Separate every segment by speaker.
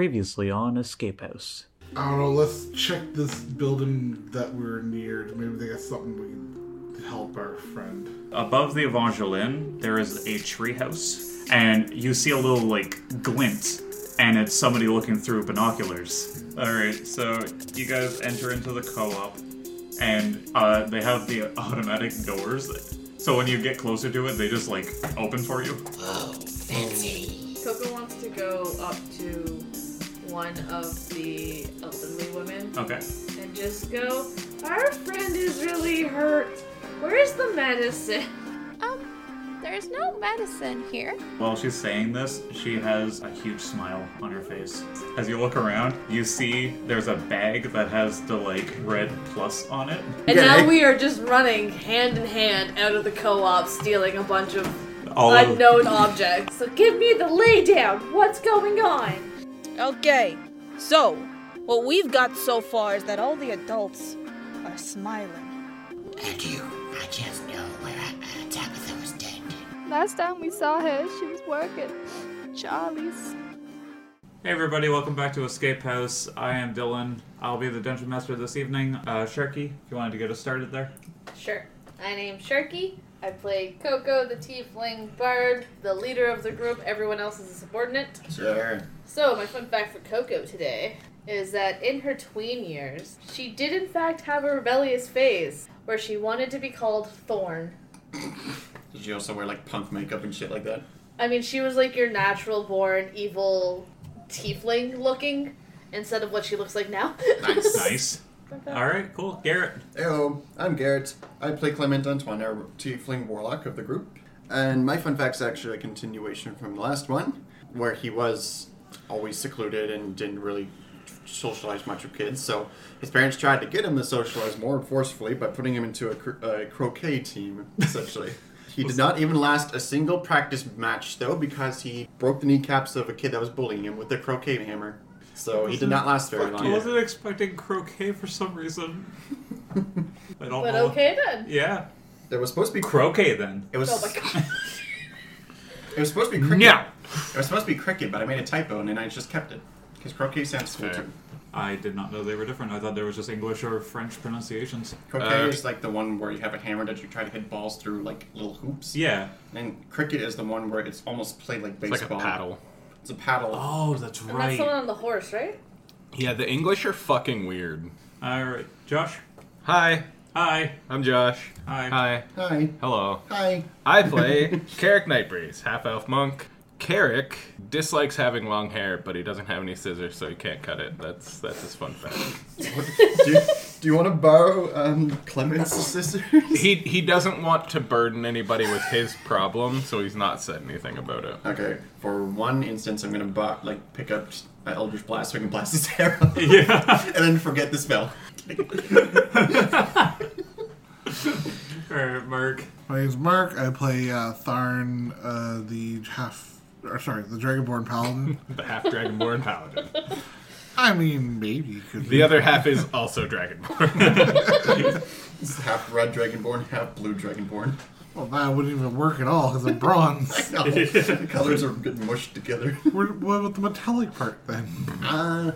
Speaker 1: Previously on Escape House.
Speaker 2: I don't know. Let's check this building that we're near. Maybe they got something we can help our friend.
Speaker 3: Above the Evangeline, there is a treehouse, and you see a little like glint, and it's somebody looking through binoculars. All right, so you guys enter into the co-op, and uh, they have the automatic doors. So when you get closer to it, they just like open for you.
Speaker 4: Coco wants to go up to one of the elderly women
Speaker 3: Okay.
Speaker 4: and just go, Our friend is really hurt. Where's the medicine?
Speaker 5: Um, there's no medicine here.
Speaker 3: While she's saying this, she has a huge smile on her face. As you look around, you see there's a bag that has the like red plus on it.
Speaker 4: And now
Speaker 2: Okay.
Speaker 4: we are just running hand in hand out of the co op, stealing a bunch of
Speaker 3: All of-
Speaker 4: unknown objects. So give me the laydown. What's going on?
Speaker 6: Okay, so what we've got so far is that all the adults are smiling.
Speaker 7: And you, I just know where uh, Tabitha was dead.
Speaker 5: Last time we saw her, she was working. Charlie's.
Speaker 3: Hey everybody, welcome back to Escape House. I am Dylan. I'll be the Dungeon Master this evening. Uh, Sharky, if you wanted to get us started there.
Speaker 4: Sure. My name's Sharky. I play Coco, the tiefling bard, the leader of the group. Everyone else is a subordinate.
Speaker 7: Sure.
Speaker 4: So, my fun fact for Coco today is that in her tween years, she did in fact have a rebellious phase where she wanted to be called Thorn.
Speaker 8: Did you also wear like punk makeup and shit like that?
Speaker 4: I mean, she was like your natural born evil tiefling looking instead of what she looks like now.
Speaker 8: Nice.
Speaker 3: Nice. All right, cool. Garrett.
Speaker 8: Hello, I'm Garrett. I play Clement Antoine, our tiefling warlock of the group. And my fun fact's actually a continuation from the last one, where he was always secluded and didn't really socialize much with kids. So his parents tried to get him to socialize more forcefully by putting him into a, cr- a croquet team, essentially. he did not even last a single practice match, though, because he broke the kneecaps of a kid that was bullying him with a croquet hammer. So he did not last very long.
Speaker 3: I wasn't expecting croquet for some reason. I don't
Speaker 4: but
Speaker 3: know.
Speaker 4: okay then.
Speaker 3: Yeah.
Speaker 8: There was supposed to be
Speaker 3: Croquet then.
Speaker 8: It was.
Speaker 4: Oh my god.
Speaker 8: It was supposed to be cricket.
Speaker 3: No.
Speaker 8: It was supposed to be cricket, but I made a typo and then I just kept it because croquet sounds cool
Speaker 3: Fair.
Speaker 8: too.
Speaker 3: I did not know they were different. I thought there was just English or French pronunciations.
Speaker 8: Croquet
Speaker 3: Uh,
Speaker 8: is like the one where you have a hammer that you try to hit balls through like little hoops.
Speaker 3: Yeah.
Speaker 8: And cricket is the one where it's almost played like
Speaker 9: It's like
Speaker 8: baseball.
Speaker 9: a paddle.
Speaker 8: It's a paddle.
Speaker 3: Oh, that's
Speaker 4: And that's
Speaker 3: right.
Speaker 4: the one on the horse, right?
Speaker 9: Yeah, the English are fucking weird.
Speaker 3: All right, Josh.
Speaker 9: Hi,
Speaker 3: Hi.
Speaker 9: I'm Josh.
Speaker 3: Uh, Hi.
Speaker 9: Hi.
Speaker 8: Hi.
Speaker 9: Hello.
Speaker 8: Hi.
Speaker 9: I play Carrick Nightbreeze, half elf monk. Carrick dislikes having long hair, but he doesn't have any scissors, so he can't cut it. That's that's his fun fact.
Speaker 8: do, you, do you want to borrow um, Clement's scissors?
Speaker 9: He he doesn't want to burden anybody with his problem, so he's not said anything about it.
Speaker 8: okay. For one instance, I'm gonna bo- like pick up uh, Eldritch Blast so I can blast his hair off,
Speaker 3: Yeah.
Speaker 8: and then forget the spell.
Speaker 3: All right, Er, Mark.
Speaker 2: My name's Mark. I play uh, Tharn, uh, the half. Or sorry, the Dragonborn Paladin.
Speaker 9: The half dragonborn paladin.
Speaker 2: I mean, maybe it could be.
Speaker 9: The other half is also dragonborn.
Speaker 8: This is half red dragonborn, half blue dragonborn.
Speaker 2: Well, that wouldn't even work at all because I'm bronze.
Speaker 8: No, the colors are getting mushed together.
Speaker 2: Where- what about the metallic part then?
Speaker 8: Uh,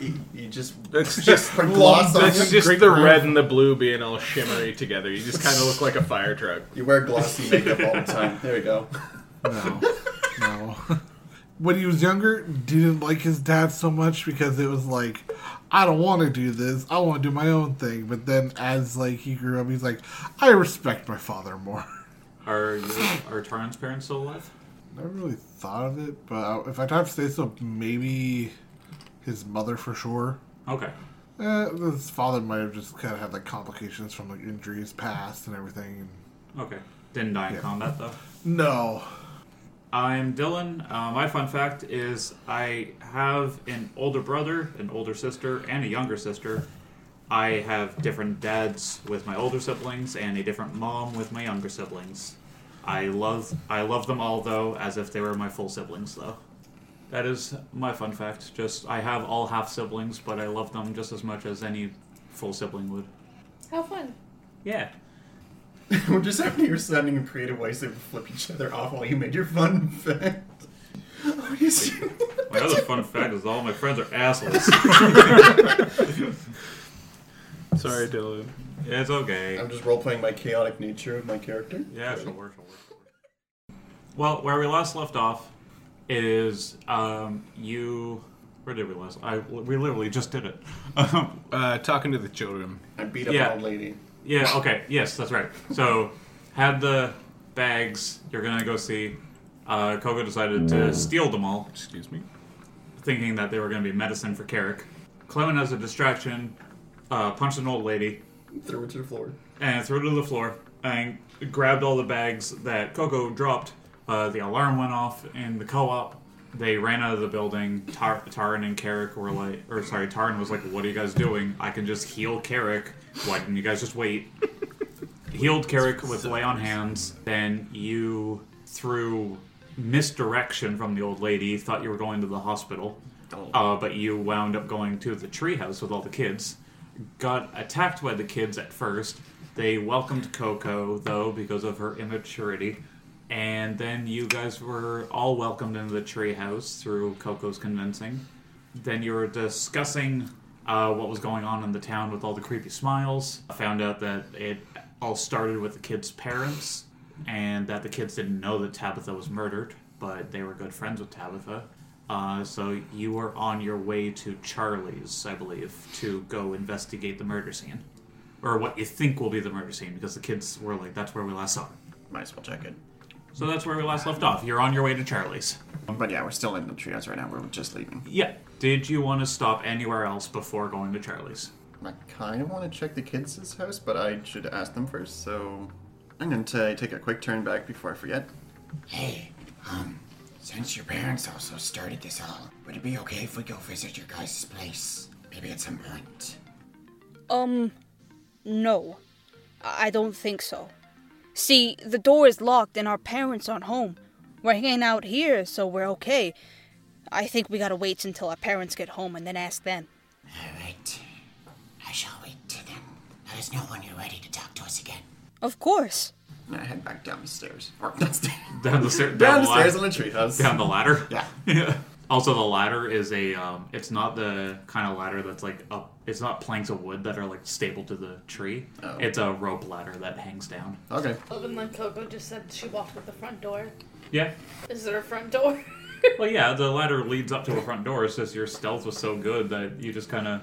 Speaker 8: you, you just
Speaker 9: It's just
Speaker 8: put gloss on
Speaker 9: That's
Speaker 8: him.
Speaker 9: just
Speaker 2: Greek
Speaker 9: the
Speaker 2: word.
Speaker 9: red and the blue being all shimmery together. You just kind of look like a fire truck.
Speaker 8: You wear glossy makeup all the time. There we go.
Speaker 2: No, no. When he was younger, didn't like his dad so much because it was like, I don't want to do this. I want to do my own thing. But then as like he grew up, he's like, I respect my father more.
Speaker 3: Are you, are Taran's parents still alive?
Speaker 2: Never really thought of it, but I- if I'd have to say so, maybe his mother for sure.
Speaker 3: Okay.
Speaker 2: Eh, his father might have just kind of had like complications from like injuries past and everything.
Speaker 3: Okay. Didn't die in
Speaker 2: Yeah.
Speaker 3: combat though.
Speaker 2: No,
Speaker 3: I'm Dylan. Uh, my fun fact is I have an older brother, an older sister, and a younger sister. I have different dads with my older siblings and a different mom with my younger siblings. I love I love them all though, as if they were my full siblings though. That is my fun fact. Just I have all half siblings, but I love them just as much as any full sibling would.
Speaker 4: How fun.
Speaker 3: Yeah.
Speaker 8: We're just happening you're sounding in creative ways that would flip each other off while you made your fun fact. What is
Speaker 3: Another fun fact is all my friends are assholes.
Speaker 9: Sorry, Dylan.
Speaker 3: it's okay.
Speaker 8: I'm just role playing my chaotic nature of my character.
Speaker 3: Yeah, sure, sure, sure. Well, where we last left off is um, you. Where did we last? I we literally just did it. Um,
Speaker 9: Uh, talking to the children.
Speaker 8: I beat up
Speaker 3: Yeah.
Speaker 8: an old lady.
Speaker 3: yeah. Okay. Yes, that's right. So, had the bags. You're gonna go see. Uh, Koga decided to steal them all,
Speaker 9: Excuse me.
Speaker 3: thinking that they were gonna be medicine for Carrick. Clement, as a distraction, uh, punched an old lady.
Speaker 8: Threw it to the floor.
Speaker 3: and threw it to the floor and grabbed all the bags that Coco dropped. Uh, the alarm went off in the co-op. They ran out of the building. Tar- Taran and Carrick were like, or sorry, Taran was like, "What are you guys doing? I can just heal Carrick. Why didn't you guys just wait?" Healed Carrick with lay on hands. Then you, through misdirection from the old lady, thought you were going to the hospital, uh, but you wound up going to the treehouse with all the kids got attacked by the kids at first. They welcomed Coco, though, because of her immaturity. And then you guys were all welcomed into the treehouse through Coco's convincing. Then you were discussing uh, what was going on in the town with all the creepy smiles. I found out that it all started with the kids' parents, and that the kids didn't know that Tabitha was murdered, but they were good friends with Tabitha. Uh, so you were on your way to Charlie's, I believe, to go investigate the murder scene, or what you think will be the murder scene, because the kids were like, "That's where we last saw." her."
Speaker 8: Might as well check it.
Speaker 3: So that's where we last left off. You're on your way to Charlie's.
Speaker 8: But yeah, we're still in the treehouse right now. We're just leaving.
Speaker 3: Yeah. Did you want to stop anywhere else before going to Charlie's?
Speaker 8: I kind of want to check the kids' house, but I should ask them first. So I'm going to take a quick turn back before I forget.
Speaker 7: Hey, um, since your parents also started this all, would it be okay if we go visit your guys' place? Maybe at some point.
Speaker 6: Um, no. I I don't think so. See, the door is locked and our parents aren't home. We're hanging out here, so we're okay. I think we gotta wait until our parents get home and then ask them.
Speaker 7: Alright. I shall wait till then. Let us know when you're ready to talk to us again.
Speaker 6: Of course.
Speaker 8: And I head back down the stairs. Or downstairs.
Speaker 3: Down the stair- down,
Speaker 8: down the
Speaker 3: the ladder.
Speaker 8: stairs on the treehouse.
Speaker 3: down the ladder.
Speaker 8: Yeah.
Speaker 3: yeah. Also, the ladder is a. Um, it's not the kind of ladder that's like up. It's not planks of wood that are like stapled to the tree.
Speaker 8: Oh.
Speaker 3: It's a rope ladder that hangs down.
Speaker 8: Okay.
Speaker 4: Loving like Coco just said she walked with the front door.
Speaker 3: Yeah.
Speaker 4: Is there a front door?
Speaker 3: Well, yeah. The ladder leads up to a front door. It's just your stealth was so good that you just kind of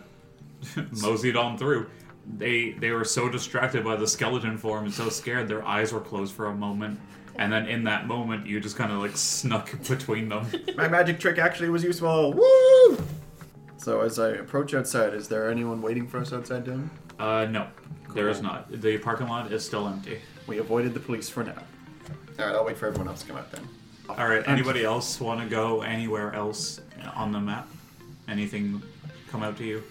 Speaker 3: moseyed on through. They they were so distracted by the skeleton form and so scared their eyes were closed for a moment. And then in that moment, you just kind of like snuck between them.
Speaker 8: My magic trick actually was useful. Woo! So as I approach outside, is there anyone waiting for us outside, Dylan?
Speaker 3: Uh, no, there is not. The parking lot is still empty.
Speaker 8: We avoided the police for now. All right, I'll wait for everyone else to come out then.
Speaker 3: All right. Anybody else want to go anywhere else on the map? Anything come out to you,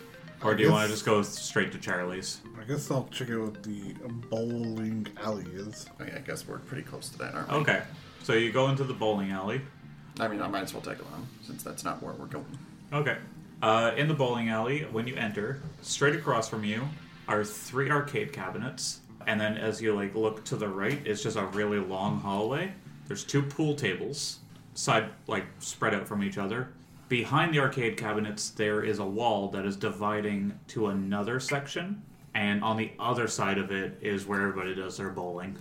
Speaker 3: or do you want to
Speaker 2: guess-
Speaker 3: just go straight to Charlie's?
Speaker 2: I guess I'll check out what the bowling alley is.
Speaker 8: Okay, I guess we're pretty close to that, aren't we?
Speaker 3: Okay. So you go into the bowling alley. Oh.
Speaker 8: I mean, I might as well take along since that's not where we're going.
Speaker 3: Okay. Uh, in the bowling alley, when you enter, straight across from you are three arcade cabinets, and then as you like look to the right, it's just a really long hallway. There's two pool tables, side like spread out from each other. Behind the arcade cabinets, there is a wall that is dividing to another section, and on the other side of it is where everybody does their bowling.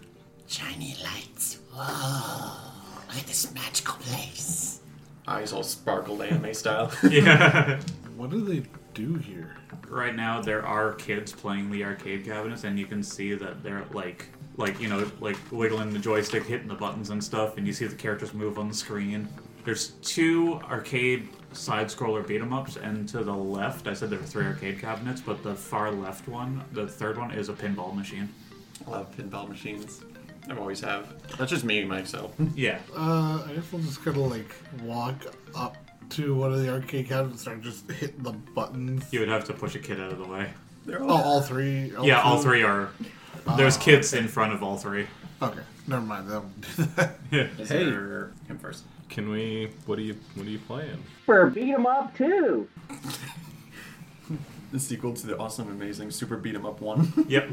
Speaker 7: Shiny lights. Whoa. Look at this magical place.
Speaker 8: Eyes all sparkled anime style.
Speaker 3: Yeah.
Speaker 2: What do they do here?
Speaker 3: right now there are kids playing the arcade cabinets and you can see that they're like like you know like wiggling the joystick hitting the buttons and stuff and you see the characters move on the screen there's two arcade side scroller beat 'em ups and to the left i said there were three arcade cabinets but the far left one the third one is a pinball machine
Speaker 8: I love pinball machines. I always have. That's just me myself.
Speaker 3: yeah
Speaker 2: Uh, I guess I'll just kind of like walk up to one of the arcade cabinets and start just hitting the buttons.
Speaker 3: you would have to push a kid out of the way
Speaker 8: They're
Speaker 2: Oh, all three?
Speaker 3: yeah
Speaker 2: two?
Speaker 3: all three are there's kids in front of all three
Speaker 2: Okay, never mind. I won't do that.
Speaker 9: Hey.
Speaker 8: Or him first.
Speaker 9: Can we? What are you? What are you playing?
Speaker 10: For beat 'em up too.
Speaker 8: The sequel to the awesome, amazing Super Beat 'em Up one.
Speaker 3: yep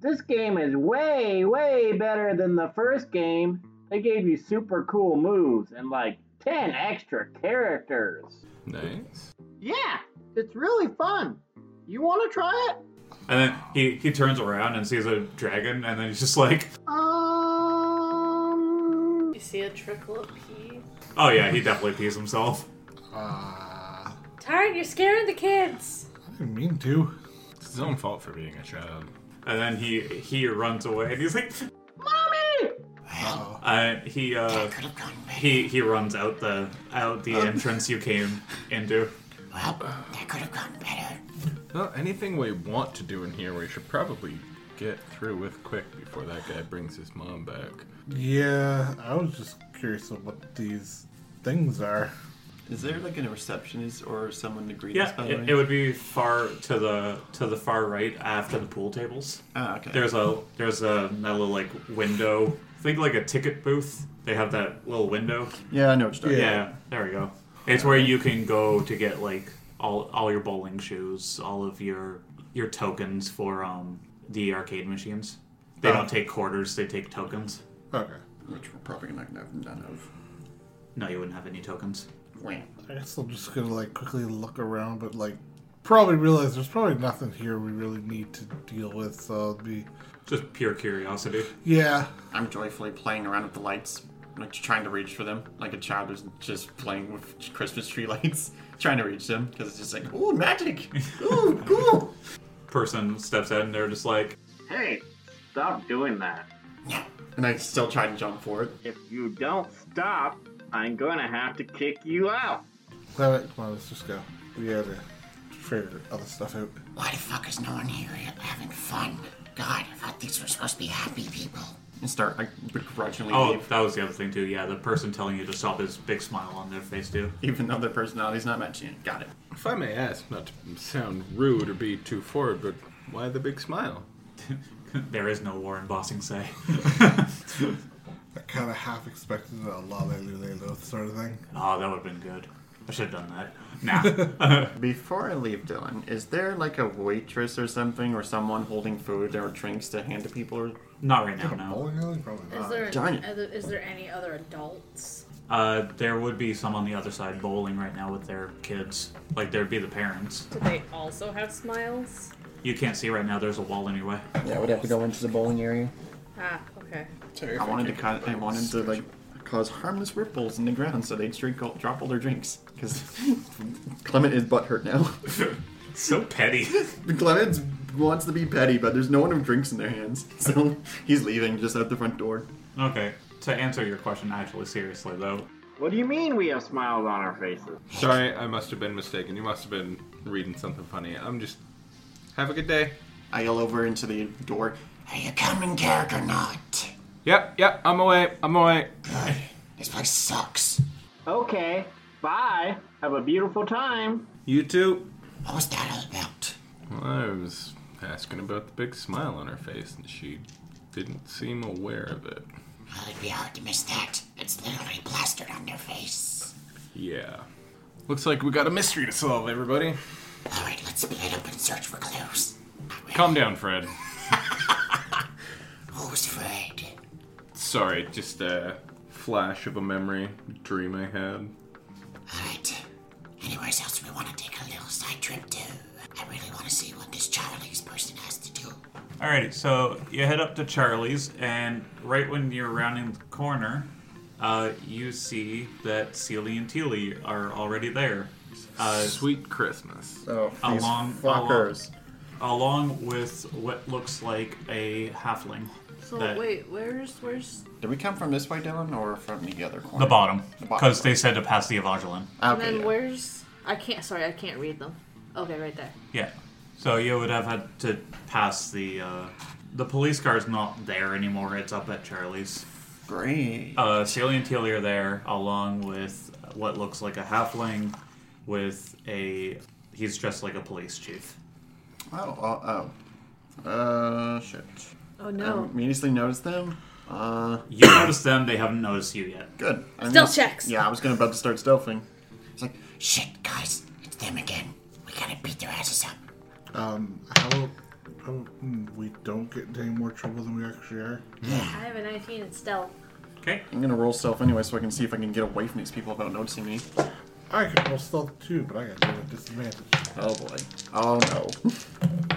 Speaker 10: This game is way, way better than the first game. They gave you super cool moves and like 10 extra characters.
Speaker 9: Nice.
Speaker 10: Yeah, it's really fun. You want to try it?
Speaker 3: And then he, he turns around and sees a dragon, and then he's just like,
Speaker 4: Um. You see a trickle of pee.
Speaker 3: oh yeah, he definitely pees himself.
Speaker 4: Tyron, you're scaring the kids.
Speaker 2: Uh, didn't mean to.
Speaker 9: It's his own fault for being a child.
Speaker 3: And then he he runs away, and he's like,
Speaker 10: Mommy!
Speaker 3: uh, he uh, he he runs out the out the entrance you came into.
Speaker 9: Well, anything we want to do in here, we should probably get through with quick before that guy brings his mom back.
Speaker 2: Yeah, I was just curious of what these things are.
Speaker 8: Is there like a receptionist or someone to greet us?
Speaker 3: Yeah,
Speaker 8: By the
Speaker 3: it,
Speaker 8: way,
Speaker 3: it would be far to the to the far right after the pool tables.
Speaker 8: Ah, okay.
Speaker 3: There's a there's a that little like window. Think like a ticket booth. They have that little window.
Speaker 8: Yeah, I know what you're talking
Speaker 3: Yeah,
Speaker 8: about.
Speaker 3: there we go. It's where you can go to get like all all your bowling shoes, all of your your tokens for um the arcade machines. They
Speaker 8: Oh.
Speaker 3: don't take quarters; they take tokens.
Speaker 2: Okay.
Speaker 8: Which we're probably not gonna have none of.
Speaker 3: No, you wouldn't have any tokens.
Speaker 2: I guess I'm just gonna like quickly look around, but like probably realize there's probably nothing here we really need to deal with. So it'll be
Speaker 3: Just pure curiosity.
Speaker 2: yeah.
Speaker 8: I'm joyfully playing around with the lights, like trying to reach for them, like a child who's just playing with Christmas tree lights, trying to reach them because it's just like, ooh, magic, ooh, cool.
Speaker 3: Person steps out and they're just like,
Speaker 10: Hey, stop doing that.
Speaker 8: And I still try to jump for it.
Speaker 10: If you don't stop, I'm gonna have to kick you out.
Speaker 2: All right, come on, let's just go. We gotta figure other stuff out.
Speaker 7: Why the fuck is no one here having fun? God, I thought these were supposed to be happy people.
Speaker 8: and start like begrudgingly.
Speaker 3: "Oh,
Speaker 8: leave,
Speaker 3: that was the other thing too. Yeah, the person telling you to stop is big smile on their face too."
Speaker 8: even though their personality's not matching it. Got it.
Speaker 9: If I may ask, not to sound rude or be too forward, but why the big smile?
Speaker 3: there is no war in Bossing
Speaker 2: I kind of half expected a la la la sort of thing.
Speaker 3: Oh, that would have been good. I should have done that. Nah.
Speaker 8: Before I leave, Dylan, is there like a waitress or something, or someone holding food or drinks to hand to people? Or
Speaker 3: not right now.
Speaker 8: no.
Speaker 2: Bowling alley, probably
Speaker 4: Is there,
Speaker 8: Darn
Speaker 4: is there- is there any other adults?
Speaker 3: Uh, there would be some on the other side bowling right now with their kids. Like there'd be the parents.
Speaker 4: Do they also have smiles?
Speaker 3: You can't see right now. There's a wall anyway.
Speaker 7: Yeah, we'd have to go into the bowling area.
Speaker 4: Ah, okay.
Speaker 8: I wanted to ca- I wanted to like cause harmless ripples in the ground so they'd drink all, drop all their drinks because Clement is butthurt now.
Speaker 3: so petty.
Speaker 8: Clement wants to be petty, but there's no one who drinks in their hands, so he's leaving just out the front door.
Speaker 3: Okay. To answer your question, actually, seriously though,
Speaker 10: What do you mean we have smiles on our faces?
Speaker 9: Sorry, I must have been mistaken. You must have been reading something funny. I'm just. Have a good day.
Speaker 8: I yell over into the door.
Speaker 7: Are you coming, Garrick, or not?
Speaker 9: Yep, yep, I'm away. I'm away.
Speaker 7: This place sucks.
Speaker 10: Okay, bye. Have a beautiful time.
Speaker 9: You too.
Speaker 7: What was that all about?
Speaker 9: Well, I was asking about the big smile on her face, and she didn't seem aware of it.
Speaker 7: How would be hard to miss that? It's literally plastered on their face.
Speaker 9: Yeah. Looks like we got a mystery to solve, everybody.
Speaker 7: All right, let's split up and search for clues.
Speaker 9: Calm down, Fred.
Speaker 7: Who's Fred?
Speaker 9: Sorry, just a flash of a memory, dream I had.
Speaker 7: All right. Anyways, else we want to take a little side trip too. I really want to see what this Charlie's person has to do.
Speaker 3: Alrighty, so you head up to Charlie's, and right when you're rounding the corner, uh, you see that Celie and Teely are already there. Uh,
Speaker 9: Sweet Christmas.
Speaker 8: Oh,
Speaker 9: these
Speaker 8: fuckers.
Speaker 3: Along, along with what looks like a halfling.
Speaker 4: So
Speaker 3: that-
Speaker 4: wait, where's where's?
Speaker 8: Did we come from this way, Dylan, or from the other corner?
Speaker 3: The bottom.
Speaker 8: The bottom.
Speaker 3: Because they said to pass the Evangeline.
Speaker 4: and
Speaker 8: Okay.
Speaker 4: then
Speaker 8: yeah.
Speaker 4: where's? I can't. Sorry, I can't read them. Okay, right there.
Speaker 3: Yeah. So you would have had to pass the uh, the police car is not there anymore. It's up at Charlie's.
Speaker 8: Great.
Speaker 3: Uh, Celia and Teely are there, along with what looks like a halfling, with a he's dressed like a police chief.
Speaker 8: Oh, oh, oh. Uh, shit.
Speaker 4: Oh
Speaker 8: I immediately noticed them. Uh,
Speaker 3: You notice them; they haven't noticed you yet.
Speaker 8: good. I'm
Speaker 4: Stealth
Speaker 8: gonna-
Speaker 4: checks.
Speaker 8: Yeah, I was gonna about to start stealthing. It's like,
Speaker 7: Shit, guys, it's them again. We gotta beat their asses up.
Speaker 2: Um, how about, how mm, about we don't get into any more trouble than we actually are?
Speaker 4: I have a 19 in stealth.
Speaker 3: Okay.
Speaker 8: I'm gonna roll stealth anyway, so I can see if I can get away from these people without noticing me.
Speaker 2: I can roll stealth too, but I got to do it at disadvantage.
Speaker 8: Oh boy. Oh no.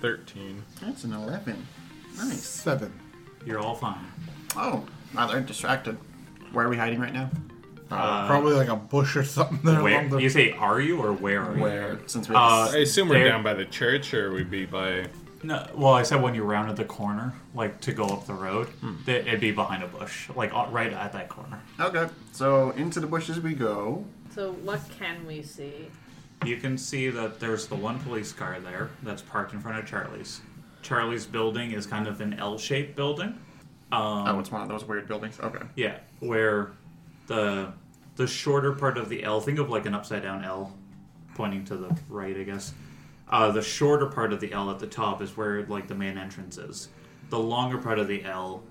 Speaker 9: Thirteen.
Speaker 8: That's an eleven. Nice.
Speaker 2: Seven.
Speaker 3: You're all fine.
Speaker 8: Oh, now they're distracted. Where are we hiding right now?
Speaker 3: Uh,
Speaker 2: Probably like a bush or something. There
Speaker 3: Where,
Speaker 2: along the-
Speaker 3: you say are you or where are
Speaker 8: Where, Uh,
Speaker 3: you?
Speaker 8: since
Speaker 9: we- I assume we're down by the church or we'd be by
Speaker 3: No, well, I said when you rounded the corner, like to go up the road, that it'd be behind a bush, like uh, right at that corner.
Speaker 8: Okay, so into the bushes we go.
Speaker 4: So what can we see?
Speaker 3: You can see that there's the one police car there that's parked in front of Charlie's. Charlie's building is kind of an L-shaped building. Um,
Speaker 8: Oh, it's one of those weird buildings. Okay.
Speaker 3: Yeah, where the the shorter part of the L, think of like an upside down L, pointing to the right, I guess. Uh, the shorter part of the L at the top is where like the main entrance is. The longer part of the L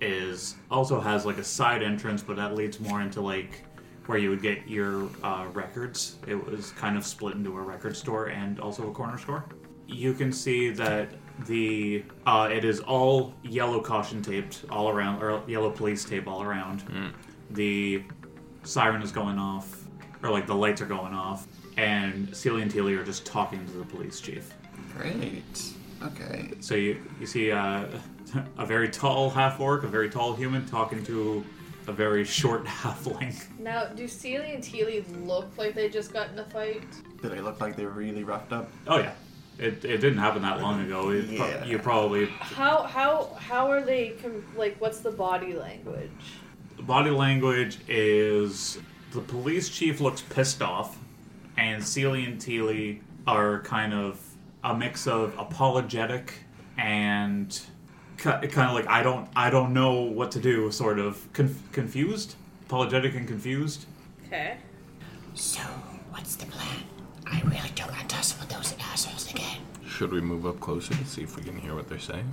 Speaker 3: is also has like a side entrance, but that leads more into like where you would get your uh, records. It was kind of split into a record store and also a corner store. You can see that the uh, it is all yellow caution taped all around, or yellow police tape all around. The siren is going off, or like the lights are going off, and Celia and Teely are just talking to the police chief.
Speaker 8: Great. Okay.
Speaker 3: So you you see uh, a very tall half orc, a very tall human talking to a very short halfling.
Speaker 4: Now, do Celia and Teely look like they just got in a fight?
Speaker 8: Did they look like they were really roughed up?
Speaker 3: Oh yeah, it, it didn't happen that long ago. It pro-
Speaker 8: Yeah.
Speaker 3: you probably
Speaker 4: How how how are they com- like? What's the body language?
Speaker 3: body language is the police chief looks pissed off, and Celia and Teely are kind of a mix of apologetic and ki- kind of like I don't I don't know what to do, sort of conf- confused, apologetic and confused.
Speaker 4: Okay.
Speaker 7: So, what's the plan? I really don't want to tussle with those assholes again.
Speaker 9: Should we move up closer to see if we can hear what they're saying?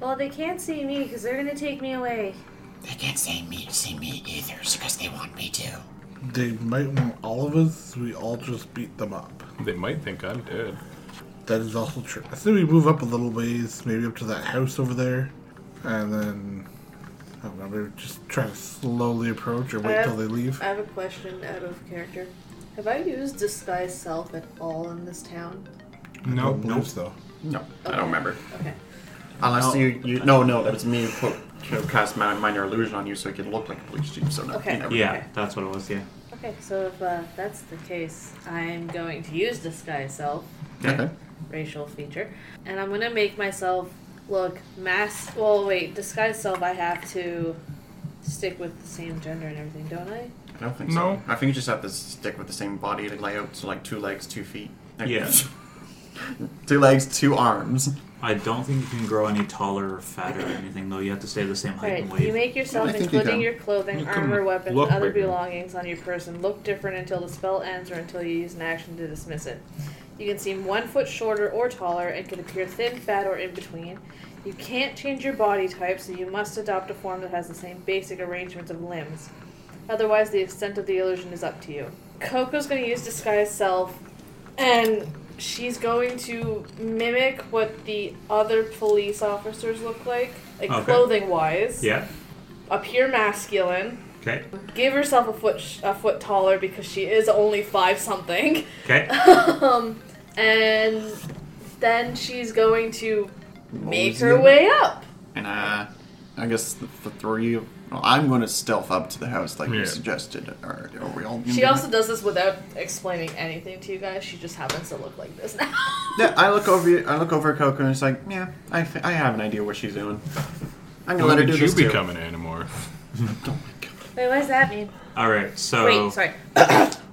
Speaker 4: Well, they can't see me because they're gonna take me away.
Speaker 7: They can't say me see me either because they want me to.
Speaker 2: They might want all of us. We all just beat them up.
Speaker 9: They might think I'm dead.
Speaker 2: That is also true. I say we move up a little ways, maybe up to that house over there, and then I don't know. Maybe just try to slowly approach or
Speaker 4: I
Speaker 2: wait
Speaker 4: have-
Speaker 2: till they leave.
Speaker 4: I have a question out of character. Have I used disguise self at all in this town?
Speaker 2: No, I don't believe so.
Speaker 8: No, I don't remember.
Speaker 4: Okay.
Speaker 8: Unless you, you, no, no, that was me who put, you know, cast my minor illusion on you so you could look like a police chief. So no,
Speaker 4: Okay.
Speaker 8: you know.
Speaker 3: Yeah, that's what it was. Yeah.
Speaker 4: Okay. So if uh, that's the case, I'm going to use disguise self,
Speaker 8: Okay.
Speaker 4: racial feature, and I'm gonna make myself look mask. Well, wait, disguise self. I have to stick with the same gender and everything, don't I?
Speaker 8: I don't think so.
Speaker 9: No.
Speaker 8: I think you just have to stick with the same body layout, so like two legs, two feet.
Speaker 3: Yeah.
Speaker 8: two legs, two arms.
Speaker 3: I don't think you can grow any taller or fatter or anything, though. You have to stay the same
Speaker 4: All
Speaker 3: height
Speaker 4: right.
Speaker 3: and
Speaker 4: You
Speaker 3: weight.
Speaker 4: make yourself,
Speaker 8: I think you can.
Speaker 4: including your clothing,
Speaker 9: You can
Speaker 4: armor, weapons,
Speaker 9: look
Speaker 4: other
Speaker 9: bigger.
Speaker 4: belongings on your person, look different until the spell ends or until you use an action to dismiss it. You can seem one foot shorter or taller and can appear thin, fat, or in between. You can't change your body type, so you must adopt a form that has the same basic arrangements of limbs. Otherwise, the extent of the illusion is up to you. Coco's going to use disguise self, and she's going to mimic what the other police officers look like, like
Speaker 3: Okay.
Speaker 4: clothing wise
Speaker 3: Yeah.
Speaker 4: appear masculine,
Speaker 3: Okay.
Speaker 4: give herself a foot sh- a foot taller because she is only five something,
Speaker 3: Okay.
Speaker 4: um, and then she's going to make
Speaker 8: Mosey
Speaker 4: her
Speaker 8: up.
Speaker 4: way up.
Speaker 8: And uh, I guess the, the three. of- Well, I'm going to stealth up to the house like you
Speaker 9: Yeah.
Speaker 8: suggested. Or are we all? gonna do
Speaker 4: She
Speaker 8: that?
Speaker 4: also does this without explaining anything to you guys. She just happens to look like this now.
Speaker 8: Yeah, I look over. you- I look over at Coco and it's like, yeah, I, th- I have an idea what she's doing. I'm gonna
Speaker 9: When
Speaker 8: let her
Speaker 9: did
Speaker 8: do
Speaker 9: you
Speaker 8: this too.
Speaker 9: become an animorph?
Speaker 4: Wait, what does that mean?
Speaker 3: All right. So
Speaker 4: Wait, sorry.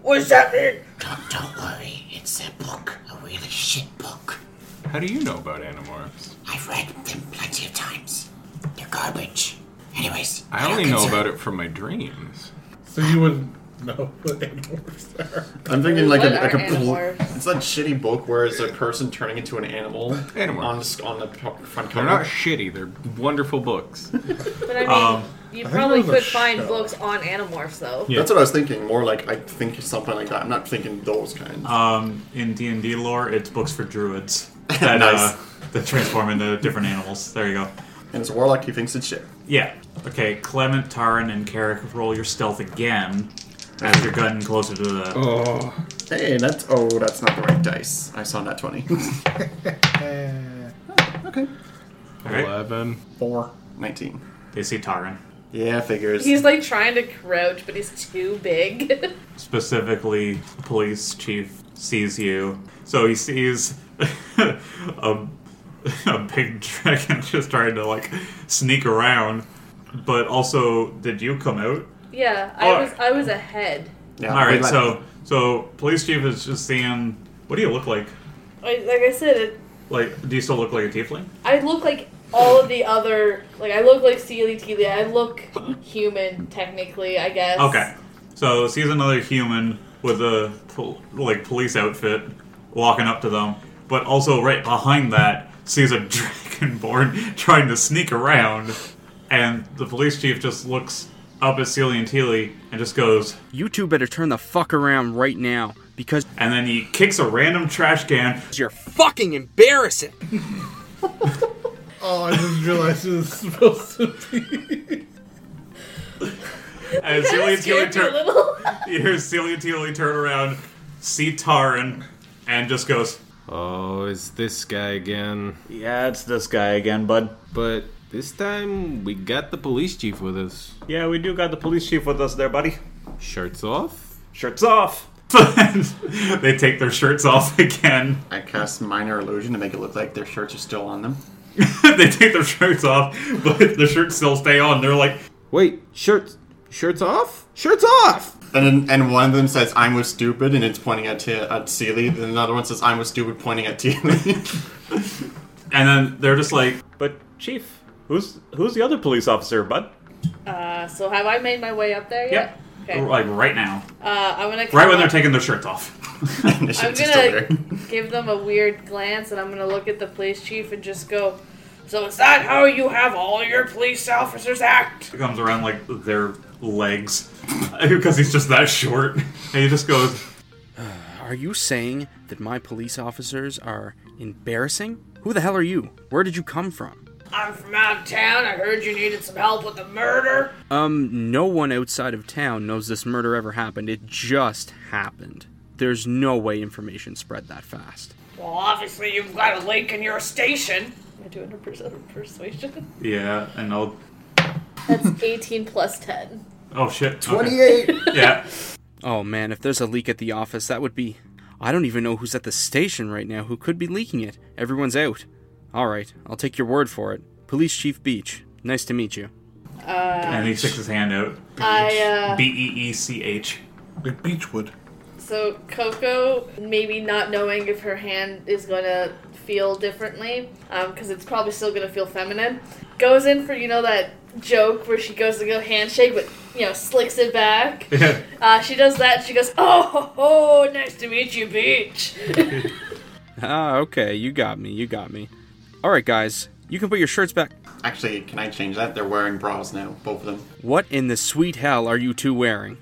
Speaker 6: What's that mean?
Speaker 7: Don't, don't worry, it's a book, a really shit book.
Speaker 9: How do you know about animorphs?
Speaker 7: I've read them plenty of times. They're garbage. Anyways,
Speaker 9: I only know about it from my dreams.
Speaker 2: So you wouldn't know what animals are.
Speaker 8: I'm thinking like a,
Speaker 4: What
Speaker 8: like
Speaker 4: are
Speaker 8: a bl-
Speaker 4: animorphs?
Speaker 8: it's that shitty book where it's a person turning into an animal.
Speaker 9: Animorphs.
Speaker 8: on the, s- on the p- front
Speaker 9: They're
Speaker 8: cover.
Speaker 9: not shitty. They're wonderful books.
Speaker 4: But I mean,
Speaker 3: Um,
Speaker 4: you
Speaker 2: I think
Speaker 4: probably
Speaker 2: there was
Speaker 4: could
Speaker 2: a
Speaker 4: find
Speaker 2: show.
Speaker 4: books on Animorphs though.
Speaker 9: Yeah.
Speaker 8: That's what I was thinking. More like I think something like that. I'm not thinking those kinds.
Speaker 3: um, in D and D lore, it's books for druids that
Speaker 8: Nice.
Speaker 3: uh, that transform into different animals. There you go.
Speaker 8: and it's a warlock who thinks it's shit.
Speaker 3: Yeah. Okay, Clement, Taran, and Carrick, roll your stealth again as you're getting closer to the.
Speaker 8: Oh. Hey, that's oh, that's not the right dice. I saw that twenty. okay.
Speaker 9: Eleven.
Speaker 8: Four. Nineteen.
Speaker 3: They see Taran.
Speaker 8: Yeah, figures.
Speaker 4: He's like trying to crouch, but he's too big.
Speaker 3: Specifically, police chief sees you. So he sees a, a big dragon just trying to like sneak around. But also, did you come out?
Speaker 4: yeah, I was I was ahead.
Speaker 3: All right. So so police chief is just seeing. What do you look like?
Speaker 4: I, like I said, it,
Speaker 3: Like, do you still look like a tiefling?
Speaker 4: I look like all of the other. Like I look like Sealy Teely. I look human technically, I guess.
Speaker 3: Okay. So sees another human with a pol- like police outfit walking up to them, but also right behind that sees a dragonborn trying to sneak around, and the police chief just looks up at Celia and Teely and just goes,
Speaker 11: You two better turn the fuck around right now because.
Speaker 3: And then he kicks a random trash can.
Speaker 11: You're fucking embarrassing.
Speaker 2: Oh, I just realized it was supposed to be.
Speaker 3: and Celia and Teely
Speaker 4: scared me a
Speaker 3: turn. you hear Celia and Teely turn around, see Taran, and just goes,
Speaker 9: Oh, is this guy again?
Speaker 1: Yeah, it's this guy again, bud.
Speaker 9: But this time we got the police chief with us.
Speaker 1: Yeah, we do got the police chief with us there, buddy.
Speaker 9: Shirts off?
Speaker 1: Shirts off.
Speaker 3: they take their shirts off again.
Speaker 8: I cast minor illusion to make it look like their shirts are still on them.
Speaker 3: they take their shirts off, but the shirts still stay on. They're like,
Speaker 9: wait, shirts, shirts off, shirts off.
Speaker 8: And then, and one of them says "I'm was stupid" and it's pointing at T- at Seely. Then another one says "I'm was stupid," pointing at Teely.
Speaker 3: and then they're just like,
Speaker 1: "But chief, who's who's the other police officer, bud?"
Speaker 4: Uh, so have I made my way up there yet?
Speaker 3: Yep.
Speaker 4: Okay.
Speaker 3: like right now,
Speaker 4: Uh, I'm gonna
Speaker 3: right when they're taking their shirts off.
Speaker 4: I'm gonna give them a weird glance, and I'm gonna look at the police chief and just go. So is that how you have all your police officers act?
Speaker 3: It comes around like their legs because he's just that short, and he just goes,
Speaker 11: Are you saying that my police officers are embarrassing? Who the hell are you? Where did you come from?
Speaker 4: I'm from out of town. I heard you needed some help with the murder.
Speaker 11: Um, no one outside of town knows this murder ever happened. It just happened. There's no way information spread that fast.
Speaker 4: Well, obviously you've got a link in your station. I do a persuasion.
Speaker 3: "Yeah," and I'll,
Speaker 4: That's 18 plus 10.
Speaker 3: oh shit, okay.
Speaker 4: 28.
Speaker 3: yeah.
Speaker 11: Oh man, if there's a leak at the office, that would be. I don't even know who's at the station right now who could be leaking it. Everyone's out. Alright, I'll take your word for it. Police Chief Beach, nice to meet you.
Speaker 4: Uh,
Speaker 3: and he sticks his hand out.
Speaker 4: I, uh,
Speaker 3: B e e c h.
Speaker 2: Like Beechwood.
Speaker 4: So Coco, maybe not knowing if her hand is gonna feel differently, because it's probably still gonna feel feminine, goes in for you know that joke where she goes to go handshake, but you know slicks it back. Uh, she does that. She goes, "Oh, ho, ho, nice to meet you, Beach."
Speaker 11: Ah, okay, you got me, you got me. Alright, guys, you can put your shirts back.
Speaker 8: Actually, can I change that? They're wearing bras now, both of them.
Speaker 11: What in the sweet hell are you two wearing?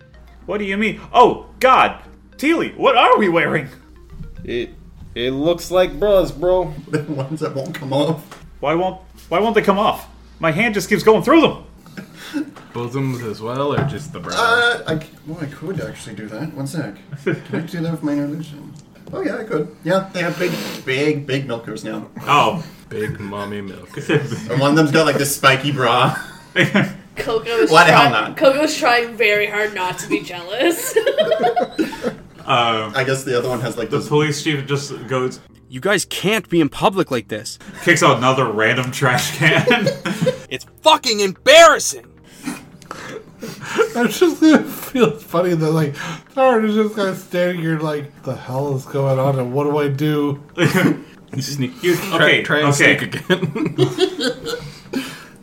Speaker 1: What do you mean? Oh God, Teely, what are we wearing?
Speaker 9: It it looks like bras, bro.
Speaker 8: The ones that won't come off.
Speaker 1: Why won't Why won't they come off? My hand just keeps going through them.
Speaker 9: Bosoms as well, or just the bras?
Speaker 8: Uh, I, c- well, I could actually do that. One sec. Can I do that with minor illusion? Oh yeah, I could. Yeah, they have big, big, big milkers now.
Speaker 3: Oh,
Speaker 9: big mommy milk.
Speaker 8: And one of them's got like this spiky bra.
Speaker 4: Coco is
Speaker 8: Why the hell
Speaker 4: trying,
Speaker 8: not?
Speaker 4: Coco's trying very hard not to be jealous.
Speaker 3: Uh,
Speaker 8: I guess the other one has like
Speaker 3: the police chief just goes,
Speaker 11: You guys can't be in public like this.
Speaker 3: kicks out another random trash can.
Speaker 11: It's fucking embarrassing!
Speaker 2: I'm just gonna feel funny that like Tara is just kind of standing here like the hell is going on and what do I do?
Speaker 9: sneak.
Speaker 3: You- okay,
Speaker 9: try and
Speaker 3: okay.
Speaker 9: sneak again.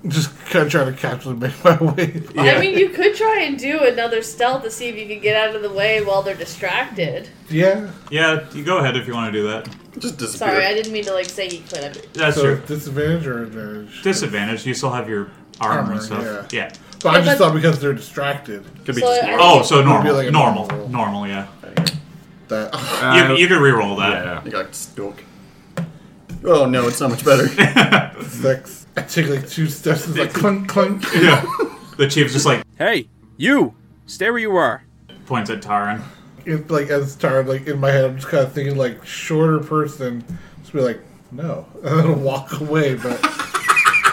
Speaker 2: Just kind of trying to catch them, make my way.
Speaker 4: I mean, you could try and do another stealth to see if you can get out of the way while they're distracted.
Speaker 2: Yeah.
Speaker 3: yeah, you go ahead if you want to do that.
Speaker 8: Just
Speaker 4: Sorry, I didn't mean to like say you could. I mean,
Speaker 3: That's
Speaker 2: so
Speaker 3: your
Speaker 2: disadvantage or advantage?
Speaker 3: disadvantage. You still have your armor,
Speaker 2: Armor,
Speaker 3: and stuff. Yeah.
Speaker 2: But I
Speaker 4: Yeah,
Speaker 2: just
Speaker 4: but-
Speaker 2: thought because they're distracted.
Speaker 8: Could
Speaker 4: be So just I- normal.
Speaker 3: Oh, so
Speaker 2: Would be
Speaker 3: normal,
Speaker 2: like a
Speaker 3: normal,
Speaker 2: normal.
Speaker 3: normal, yeah.
Speaker 2: That
Speaker 3: you, you can re-roll that.
Speaker 9: Yeah.
Speaker 8: You got stalk. Oh no, it's so much better.
Speaker 2: six. I take like two steps. It's like clunk, clunk.
Speaker 3: Yeah. The chief's just like,
Speaker 11: "Hey, you, stay where you are."
Speaker 3: Points at Taran.
Speaker 2: It, like as tired, like in my head, I'm just kind of thinking like shorter person. Just be like, no, and then walk away. But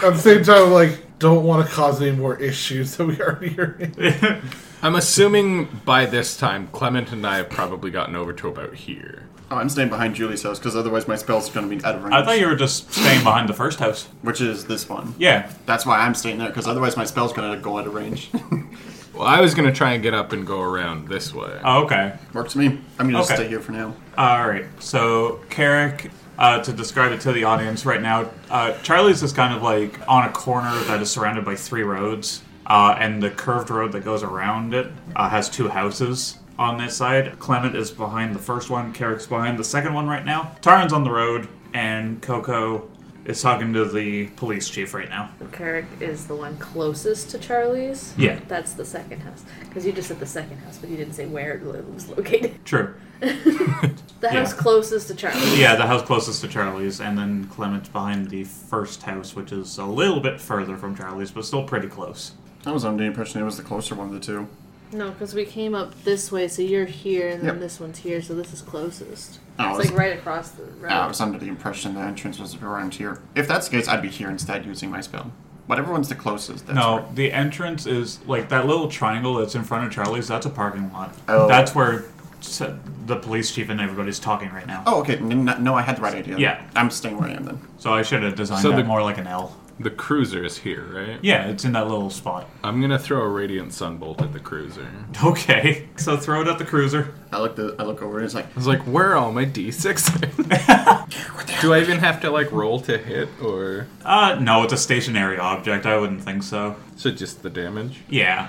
Speaker 2: at the same time, like don't want to cause any more issues that we already are in.
Speaker 9: I'm assuming by this time, Clement and I have probably gotten over to about here.
Speaker 8: Oh, I'm staying behind Julie's house because otherwise my spell's going to be out of range.
Speaker 3: I thought you were just staying behind the first house.
Speaker 8: Which is this one.
Speaker 3: Yeah.
Speaker 8: That's why I'm staying there because otherwise my spell's going to go out of range.
Speaker 9: Well, I was gonna try and get up and go around this way.
Speaker 3: Oh, okay.
Speaker 8: Works for me. I'm going to
Speaker 3: Okay.
Speaker 8: stay here for now.
Speaker 3: All right. So, Carrick, uh, to describe it to the audience right now, uh, Charlie's is kind of like on a corner that is surrounded by three roads, uh, and the curved road that goes around it uh, has two houses on this side. Clement is behind the first one. Carrick's behind the second one right now. Taran's on the road, and Coco is talking to the police chief right now.
Speaker 4: Carrick is the one closest to Charlie's.
Speaker 3: Yeah.
Speaker 4: That's the second house. Because you just said the second house, but you didn't say where it was located.
Speaker 3: True.
Speaker 4: The
Speaker 3: Yeah.
Speaker 4: house closest to Charlie's.
Speaker 3: Yeah, the house closest to Charlie's, and then Clement's behind the first house, which is a little bit further from Charlie's, but still pretty close.
Speaker 8: I was under the impression it was the closer one of the two.
Speaker 4: No, because we came up this way, so you're here, and then
Speaker 8: Yep.
Speaker 4: this one's here, so this is closest.
Speaker 8: Oh,
Speaker 4: it's
Speaker 8: it's-
Speaker 4: like right across the road.
Speaker 8: Uh, I was under the impression the entrance was around here. If that's the case, I'd be here instead using my spell. Whatever one's the closest, that's
Speaker 3: no,
Speaker 8: where-
Speaker 3: the entrance is like that little triangle that's in front of Charlie's. That's a parking lot.
Speaker 8: Oh.
Speaker 3: That's where s- the police chief and everybody's talking right now.
Speaker 8: Oh, okay. N- n- No, I had the right idea.
Speaker 3: Yeah.
Speaker 8: I'm staying where I am then.
Speaker 3: So I should have designed
Speaker 9: So
Speaker 3: that
Speaker 9: the-
Speaker 3: more like an L.
Speaker 9: The cruiser is here, right?
Speaker 3: Yeah, it's in that little spot.
Speaker 9: I'm gonna throw a radiant sunbolt at the cruiser.
Speaker 3: Okay, so throw it at the cruiser.
Speaker 8: I look the, I look over and it's like
Speaker 9: I was like, where are all my d6? Do I even have to like roll to hit or?
Speaker 3: Uh, no, it's a stationary object. I wouldn't think so.
Speaker 9: So just the damage?
Speaker 3: Yeah.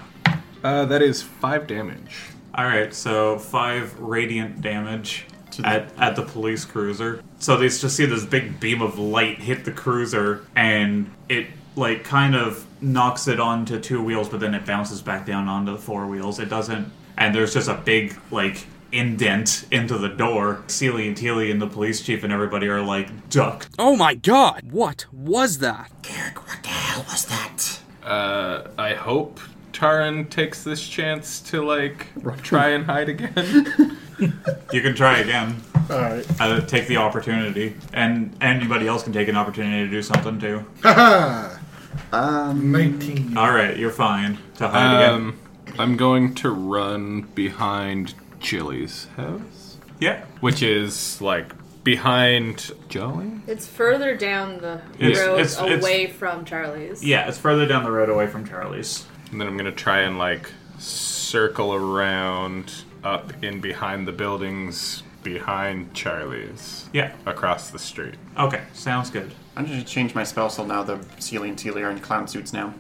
Speaker 9: Uh, that is five damage.
Speaker 3: All right, so five radiant damage at, at the police cruiser. So they just see this big beam of light hit the cruiser, and it like kind of knocks it onto two wheels, but then it bounces back down onto the four wheels. It doesn't, and there's just a big like indent into the door. Celie and Teely and the police chief and everybody are like ducked.
Speaker 11: Oh my god! What was that?
Speaker 9: Hell was that? Uh, I hope Taran takes this chance to like try and hide again.
Speaker 3: You can try again.
Speaker 2: All right.
Speaker 3: Uh, take the opportunity, and anybody else can take an opportunity to do something too.
Speaker 2: Haha.
Speaker 8: um,
Speaker 2: Nineteen.
Speaker 3: All right, you're fine to hide again.
Speaker 9: um, I'm going to run behind Chili's house.
Speaker 3: Yeah.
Speaker 9: Which is like behind Jolly.
Speaker 4: It's further down the
Speaker 9: It's-
Speaker 4: road
Speaker 9: it's- it's-
Speaker 4: away from Charlie's.
Speaker 3: Yeah, it's further down the road away from Charlie's.
Speaker 9: And then I'm gonna try and like circle around up in behind the buildings behind Charlie's.
Speaker 3: Yeah.
Speaker 9: Across the street.
Speaker 3: Okay, sounds good.
Speaker 8: I'm just gonna change my spell so now the Celie and Teely are in clown suits now.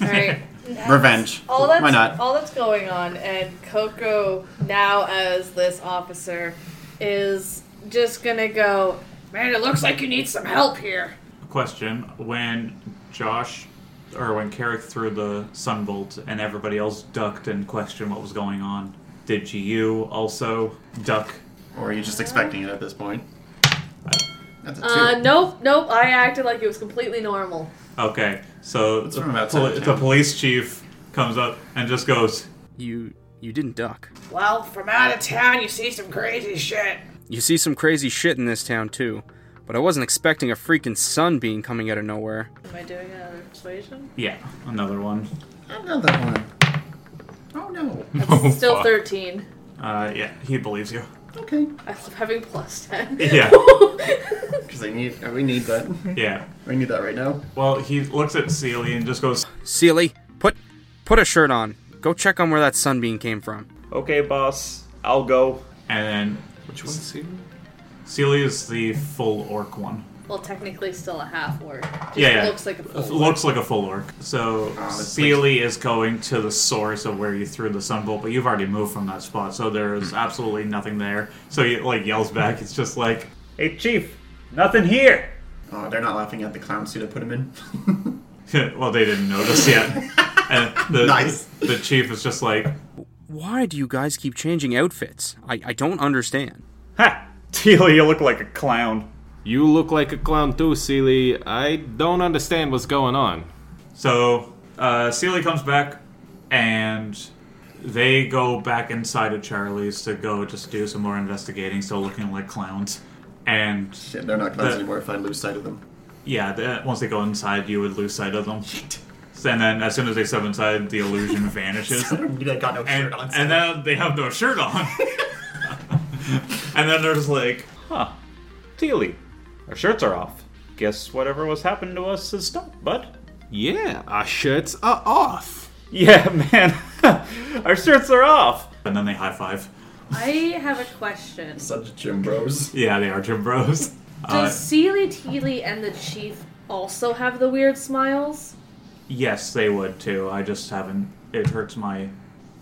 Speaker 4: Alright.
Speaker 8: Revenge.
Speaker 4: All that's,
Speaker 8: Why not?
Speaker 4: All that's going on, and Coco, now as this officer, is just gonna go, Man, it looks like you need some help here.
Speaker 3: Question: When Josh, or when Carrick threw the sunbolt and everybody else ducked and questioned what was going on, did you also duck?
Speaker 8: Or are you just expecting it at this point? That's a two.
Speaker 4: Uh, nope, nope, I acted like it was completely normal.
Speaker 3: Okay, so the,
Speaker 8: from outside
Speaker 3: poli-
Speaker 8: of
Speaker 3: the
Speaker 8: town.
Speaker 3: police chief comes up and just goes,
Speaker 11: "You, you didn't duck.
Speaker 12: Well, from out of town, you see some crazy shit.
Speaker 11: You see some crazy shit in this town too, but I wasn't expecting a freaking sunbeam coming out of nowhere."
Speaker 4: Am I doing another persuasion?
Speaker 3: Yeah, another one.
Speaker 8: Another one. Oh no.
Speaker 4: That's still 13.
Speaker 3: Uh, yeah, he believes you.
Speaker 8: Okay.
Speaker 4: I love having plus 10.
Speaker 3: Yeah.
Speaker 8: Because I need, we need that.
Speaker 3: Yeah.
Speaker 8: We need that right now.
Speaker 3: Well, he looks at Celie and just goes,
Speaker 11: Sealy, put, put a shirt on. Go check on where that sunbeam came from.
Speaker 1: Okay, boss. I'll go.
Speaker 3: and then
Speaker 9: Which one's Celia?
Speaker 3: Celia is the full orc one.
Speaker 4: Well, technically, still a half word. Just
Speaker 3: yeah, yeah.
Speaker 4: looks like a full
Speaker 3: It looks like a full orc. So Sealy is going to the source of where you threw the sunbolt, but you've already moved from that spot, so there's absolutely nothing there. So he like yells back. It's just like, "Hey, chief, nothing here."
Speaker 8: Oh, they're not laughing at the clown suit I put him in.
Speaker 3: well, they didn't notice yet. and the,
Speaker 8: Nice.
Speaker 3: The chief is just like,
Speaker 11: Why do you guys keep changing outfits? I, I don't understand.
Speaker 1: Ha! Teely, you look like a clown.
Speaker 9: You look like a clown too, Seely. I don't understand what's going on.
Speaker 3: So, uh, Seely comes back and they go back inside of Charlie's to go just do some more investigating, still looking like clowns. And
Speaker 8: Shit, they're not clowns anymore if I lose sight of them.
Speaker 3: Yeah, the, once they go inside, you would lose sight of them. And then, as soon as they step inside, the illusion vanishes.
Speaker 8: they got no
Speaker 3: and,
Speaker 8: shirt on.
Speaker 3: and then they have no shirt on. and then they're just like, huh,
Speaker 1: Teely, our shirts are off. Guess whatever was happening to us is stopped, bud.
Speaker 9: Yeah, our shirts are off.
Speaker 1: Yeah, man. our shirts are off.
Speaker 3: And then they high five.
Speaker 4: I have a question.
Speaker 8: Such gym bros.
Speaker 3: Yeah, they are gym bros. Uh,
Speaker 4: Does Seely Teely and the Chief also have the weird smiles?
Speaker 3: yes, they would too. I just haven't. It hurts my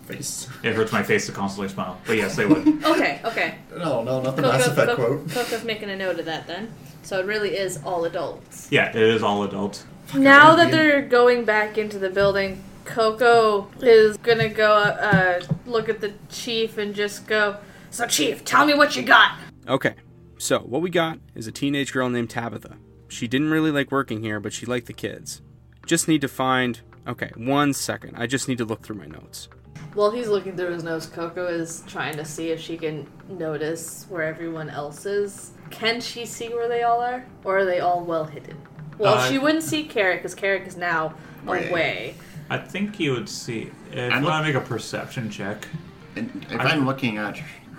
Speaker 8: face.
Speaker 3: It hurts my face to constantly smile. But yes, they would.
Speaker 4: Okay, okay.
Speaker 8: No, no, not
Speaker 4: Coco's making a note of that then. So it really is all adults.
Speaker 3: Yeah, it is all adult.
Speaker 4: Now
Speaker 3: I
Speaker 4: that
Speaker 3: hate you.
Speaker 4: they're going back into the building, Coco is gonna go uh, look at the chief and just go. So chief, tell me what you got.
Speaker 11: Okay, so what we got is a teenage girl named Tabitha. She didn't really like working here, but she liked the kids. Just need to find. Okay, one second. I just need to look through my notes.
Speaker 4: While he's looking through his nose, Coco is trying to see if she can notice where everyone else is. Can she see where they all are, or are they all well hidden? Well,
Speaker 3: Uh,
Speaker 4: she wouldn't see Carrick because Carrick is now away.
Speaker 3: I think you would see. If
Speaker 8: I'm
Speaker 3: you
Speaker 8: look-
Speaker 3: want to make a perception check.
Speaker 8: If I'm looking at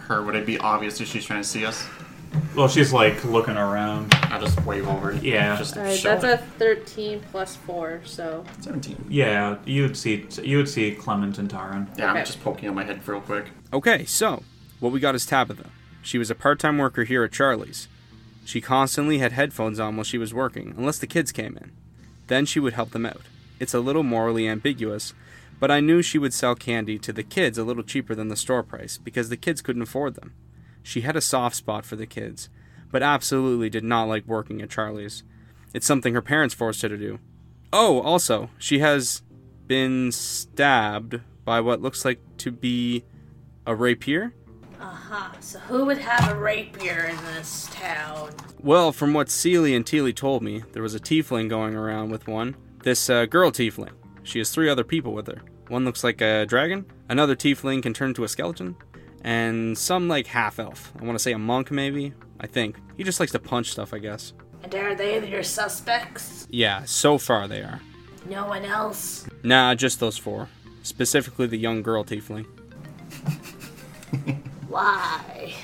Speaker 8: her, would it be obvious that she's trying to see us?
Speaker 3: Well, she's like looking around.
Speaker 8: I just wave over.
Speaker 3: Yeah.
Speaker 8: Just
Speaker 4: All right,
Speaker 8: show
Speaker 4: that's
Speaker 8: it.
Speaker 4: a thirteen plus four, so
Speaker 8: 17.
Speaker 3: Yeah, you would see. You would see Clement and Taran.
Speaker 8: Yeah, I'm
Speaker 4: Okay.
Speaker 8: just poking on my head real quick.
Speaker 11: Okay, so what we got is Tabitha. She was a part time worker here at Charlie's. She constantly had headphones on while she was working, unless the kids came in. Then she would help them out. It's a little morally ambiguous, but I knew she would sell candy to the kids a little cheaper than the store price because the kids couldn't afford them. She had a soft spot for the kids, but absolutely did not like working at Charlie's. It's something her parents forced her to do. Oh, also, she has been stabbed by what looks like to be a rapier?
Speaker 12: Uh huh. So who would have a rapier in this town?
Speaker 11: Well, from what Seely and Teely told me, there was a tiefling going around with one. This uh, girl tiefling. She has three other people with her. One looks like a dragon, another tiefling can turn into a skeleton, and some like half elf. I want to say a monk, maybe? I think. He just likes to punch stuff, I guess.
Speaker 12: And are they your suspects?
Speaker 11: Yeah, so far they are.
Speaker 12: No one else.
Speaker 11: Nah, just those four. Specifically the young girl tiefling.
Speaker 12: Why?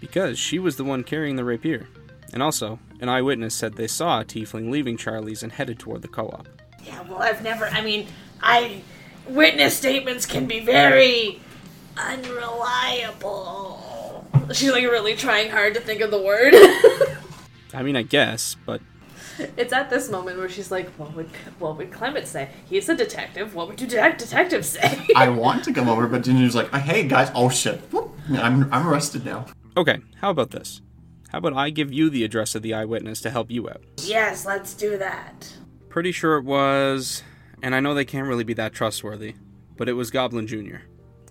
Speaker 11: Because she was the one carrying the rapier. And also, an eyewitness said they saw a tiefling leaving Charlie's and headed toward the co op.
Speaker 12: Yeah, well, I've never. I mean, I. Witness statements can be very unreliable.
Speaker 4: she's like really trying hard to think of the word.
Speaker 11: I mean, I guess, but
Speaker 4: it's at this moment where she's like, "What would what would Clement say? He's a detective. What would you detec- detectives say?"
Speaker 8: I want to come over, but Ginger's like, hey guys, oh shit. Whoop. I'm, I'm arrested now.
Speaker 11: Okay, how about this? How about I give you the address of the eyewitness to help you out?
Speaker 12: Yes, let's do that.
Speaker 11: Pretty sure it was, and I know they can't really be that trustworthy, but it was Goblin Jr.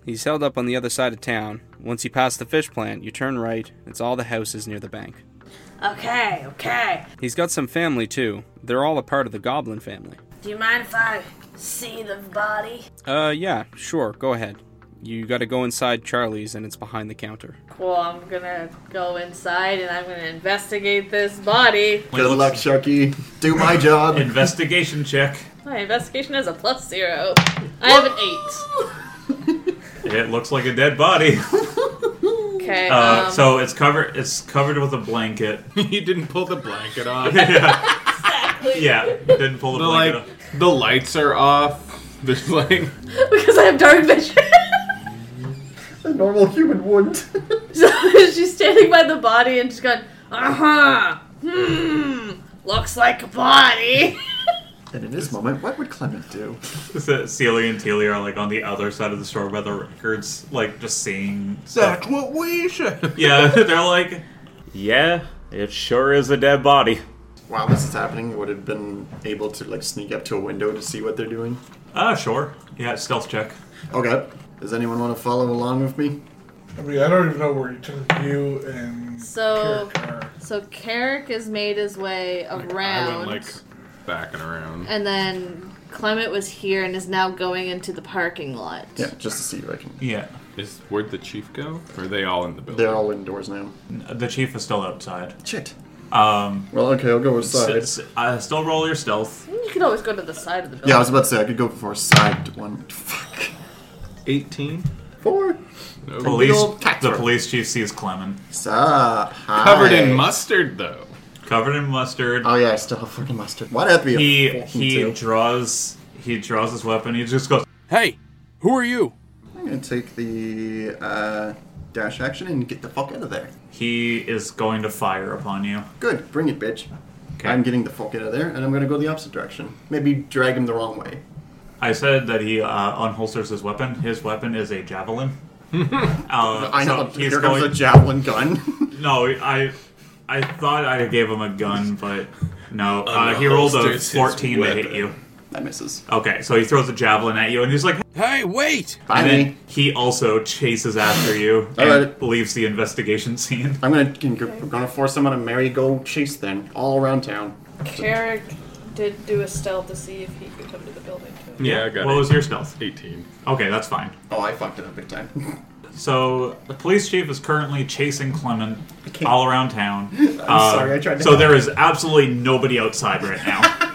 Speaker 11: He's held up on the other side of town. Once you pass the fish plant, you turn right, it's all the houses near the bank.
Speaker 12: Okay, okay.
Speaker 11: He's got some family too. They're all a part of the Goblin family.
Speaker 12: Do you mind if I see the body?
Speaker 11: Uh, yeah, sure, go ahead. You gotta go inside Charlie's and it's behind the counter.
Speaker 4: Well, I'm gonna go inside and I'm gonna investigate this body.
Speaker 8: Good luck, Sharky. Do my job.
Speaker 3: Investigation check.
Speaker 4: My investigation is a plus zero. I have an eight.
Speaker 3: It looks like a dead body.
Speaker 4: Okay.
Speaker 3: Uh,
Speaker 4: um,
Speaker 3: so it's covered. It's covered with a blanket.
Speaker 9: you didn't pull the blanket off.
Speaker 3: yeah. Yeah, you didn't pull the,
Speaker 9: The
Speaker 3: blanket
Speaker 9: like, the lights are off. There's like
Speaker 4: because I have dark vision.
Speaker 8: A normal human wouldn't.
Speaker 4: so she's standing by the body and she's going, "Uh-huh.
Speaker 12: Uh huh. Hmm. Looks like a body.
Speaker 8: And in this moment, what would Clement do?
Speaker 3: So Celia and Teely are like on the other side of the store by the records, like just seeing.
Speaker 1: That's
Speaker 9: what we should.
Speaker 3: Yeah, they're like,
Speaker 1: Yeah, it sure is a dead body.
Speaker 8: While this is happening, would have been able to like sneak up to a window to see what they're doing.
Speaker 3: Ah, sure. Yeah, stealth check.
Speaker 8: Okay. Does anyone want to follow along with me?
Speaker 2: I mean, I don't even know where you took you and
Speaker 4: So, so Carrick has made his way
Speaker 9: I
Speaker 4: around,
Speaker 9: went like back and around.
Speaker 4: and then Clement was here and is now going into the parking lot.
Speaker 9: Yeah,
Speaker 8: just to see if I can.
Speaker 3: Yeah.
Speaker 9: Is where'd the chief go? Or are they all in the building?
Speaker 8: They're all indoors now.
Speaker 3: The chief is still outside.
Speaker 8: Shit.
Speaker 3: Um.
Speaker 8: Well, okay, I'll go with
Speaker 3: s-
Speaker 8: side.
Speaker 3: s- uh, still roll your stealth.
Speaker 4: You could always go to the side of the building.
Speaker 8: Yeah, I was about to say I could go for a side one. Fuck.
Speaker 9: Eighteen.
Speaker 8: Four.
Speaker 3: Police. The police chief sees Clement.
Speaker 8: Sup? Hi.
Speaker 9: Covered in mustard, though.
Speaker 3: Covered in mustard.
Speaker 8: Oh yeah, I still have fucking mustard. Why'd that be? a
Speaker 3: He
Speaker 8: fucking
Speaker 3: he
Speaker 8: two?
Speaker 3: draws he draws his weapon. He just goes.
Speaker 11: Hey, who are you?
Speaker 8: I'm gonna take the uh, dash action and get the fuck out of there.
Speaker 3: He is going to fire upon you.
Speaker 8: Good, bring it, bitch. I'm getting the fuck out of there, and I'm gonna go the opposite direction. Maybe drag him the wrong way.
Speaker 3: I said that he uh, unholsters his weapon. His weapon is a javelin. uh,
Speaker 8: I know,
Speaker 3: he's
Speaker 8: here comes a javelin gun.
Speaker 3: no, I I thought I gave him a gun, but no. Uh, he rolled
Speaker 9: Unholsters
Speaker 3: a
Speaker 9: his
Speaker 3: 14 to hit
Speaker 9: weapon.
Speaker 3: you.
Speaker 8: That misses.
Speaker 3: Okay, so he throws a javelin at you, and he's like,
Speaker 11: "Hey, wait!"
Speaker 8: Bye.
Speaker 3: And then he also chases after you
Speaker 8: All
Speaker 3: and leaves the investigation scene.
Speaker 8: I'm gonna I'm gonna force him on a merry-go chase then, all around town.
Speaker 4: Carrick did do a stealth to see if he could come to the building. Too.
Speaker 9: Yeah, I got
Speaker 3: What
Speaker 9: it.
Speaker 3: was your stealth?
Speaker 9: 18.
Speaker 3: Okay, that's fine.
Speaker 8: Oh, I fucked it up big time.
Speaker 3: So the police chief is currently chasing Clement all around town. I'm
Speaker 8: sorry, I tried to
Speaker 3: So
Speaker 8: help.
Speaker 3: there is absolutely nobody outside right now.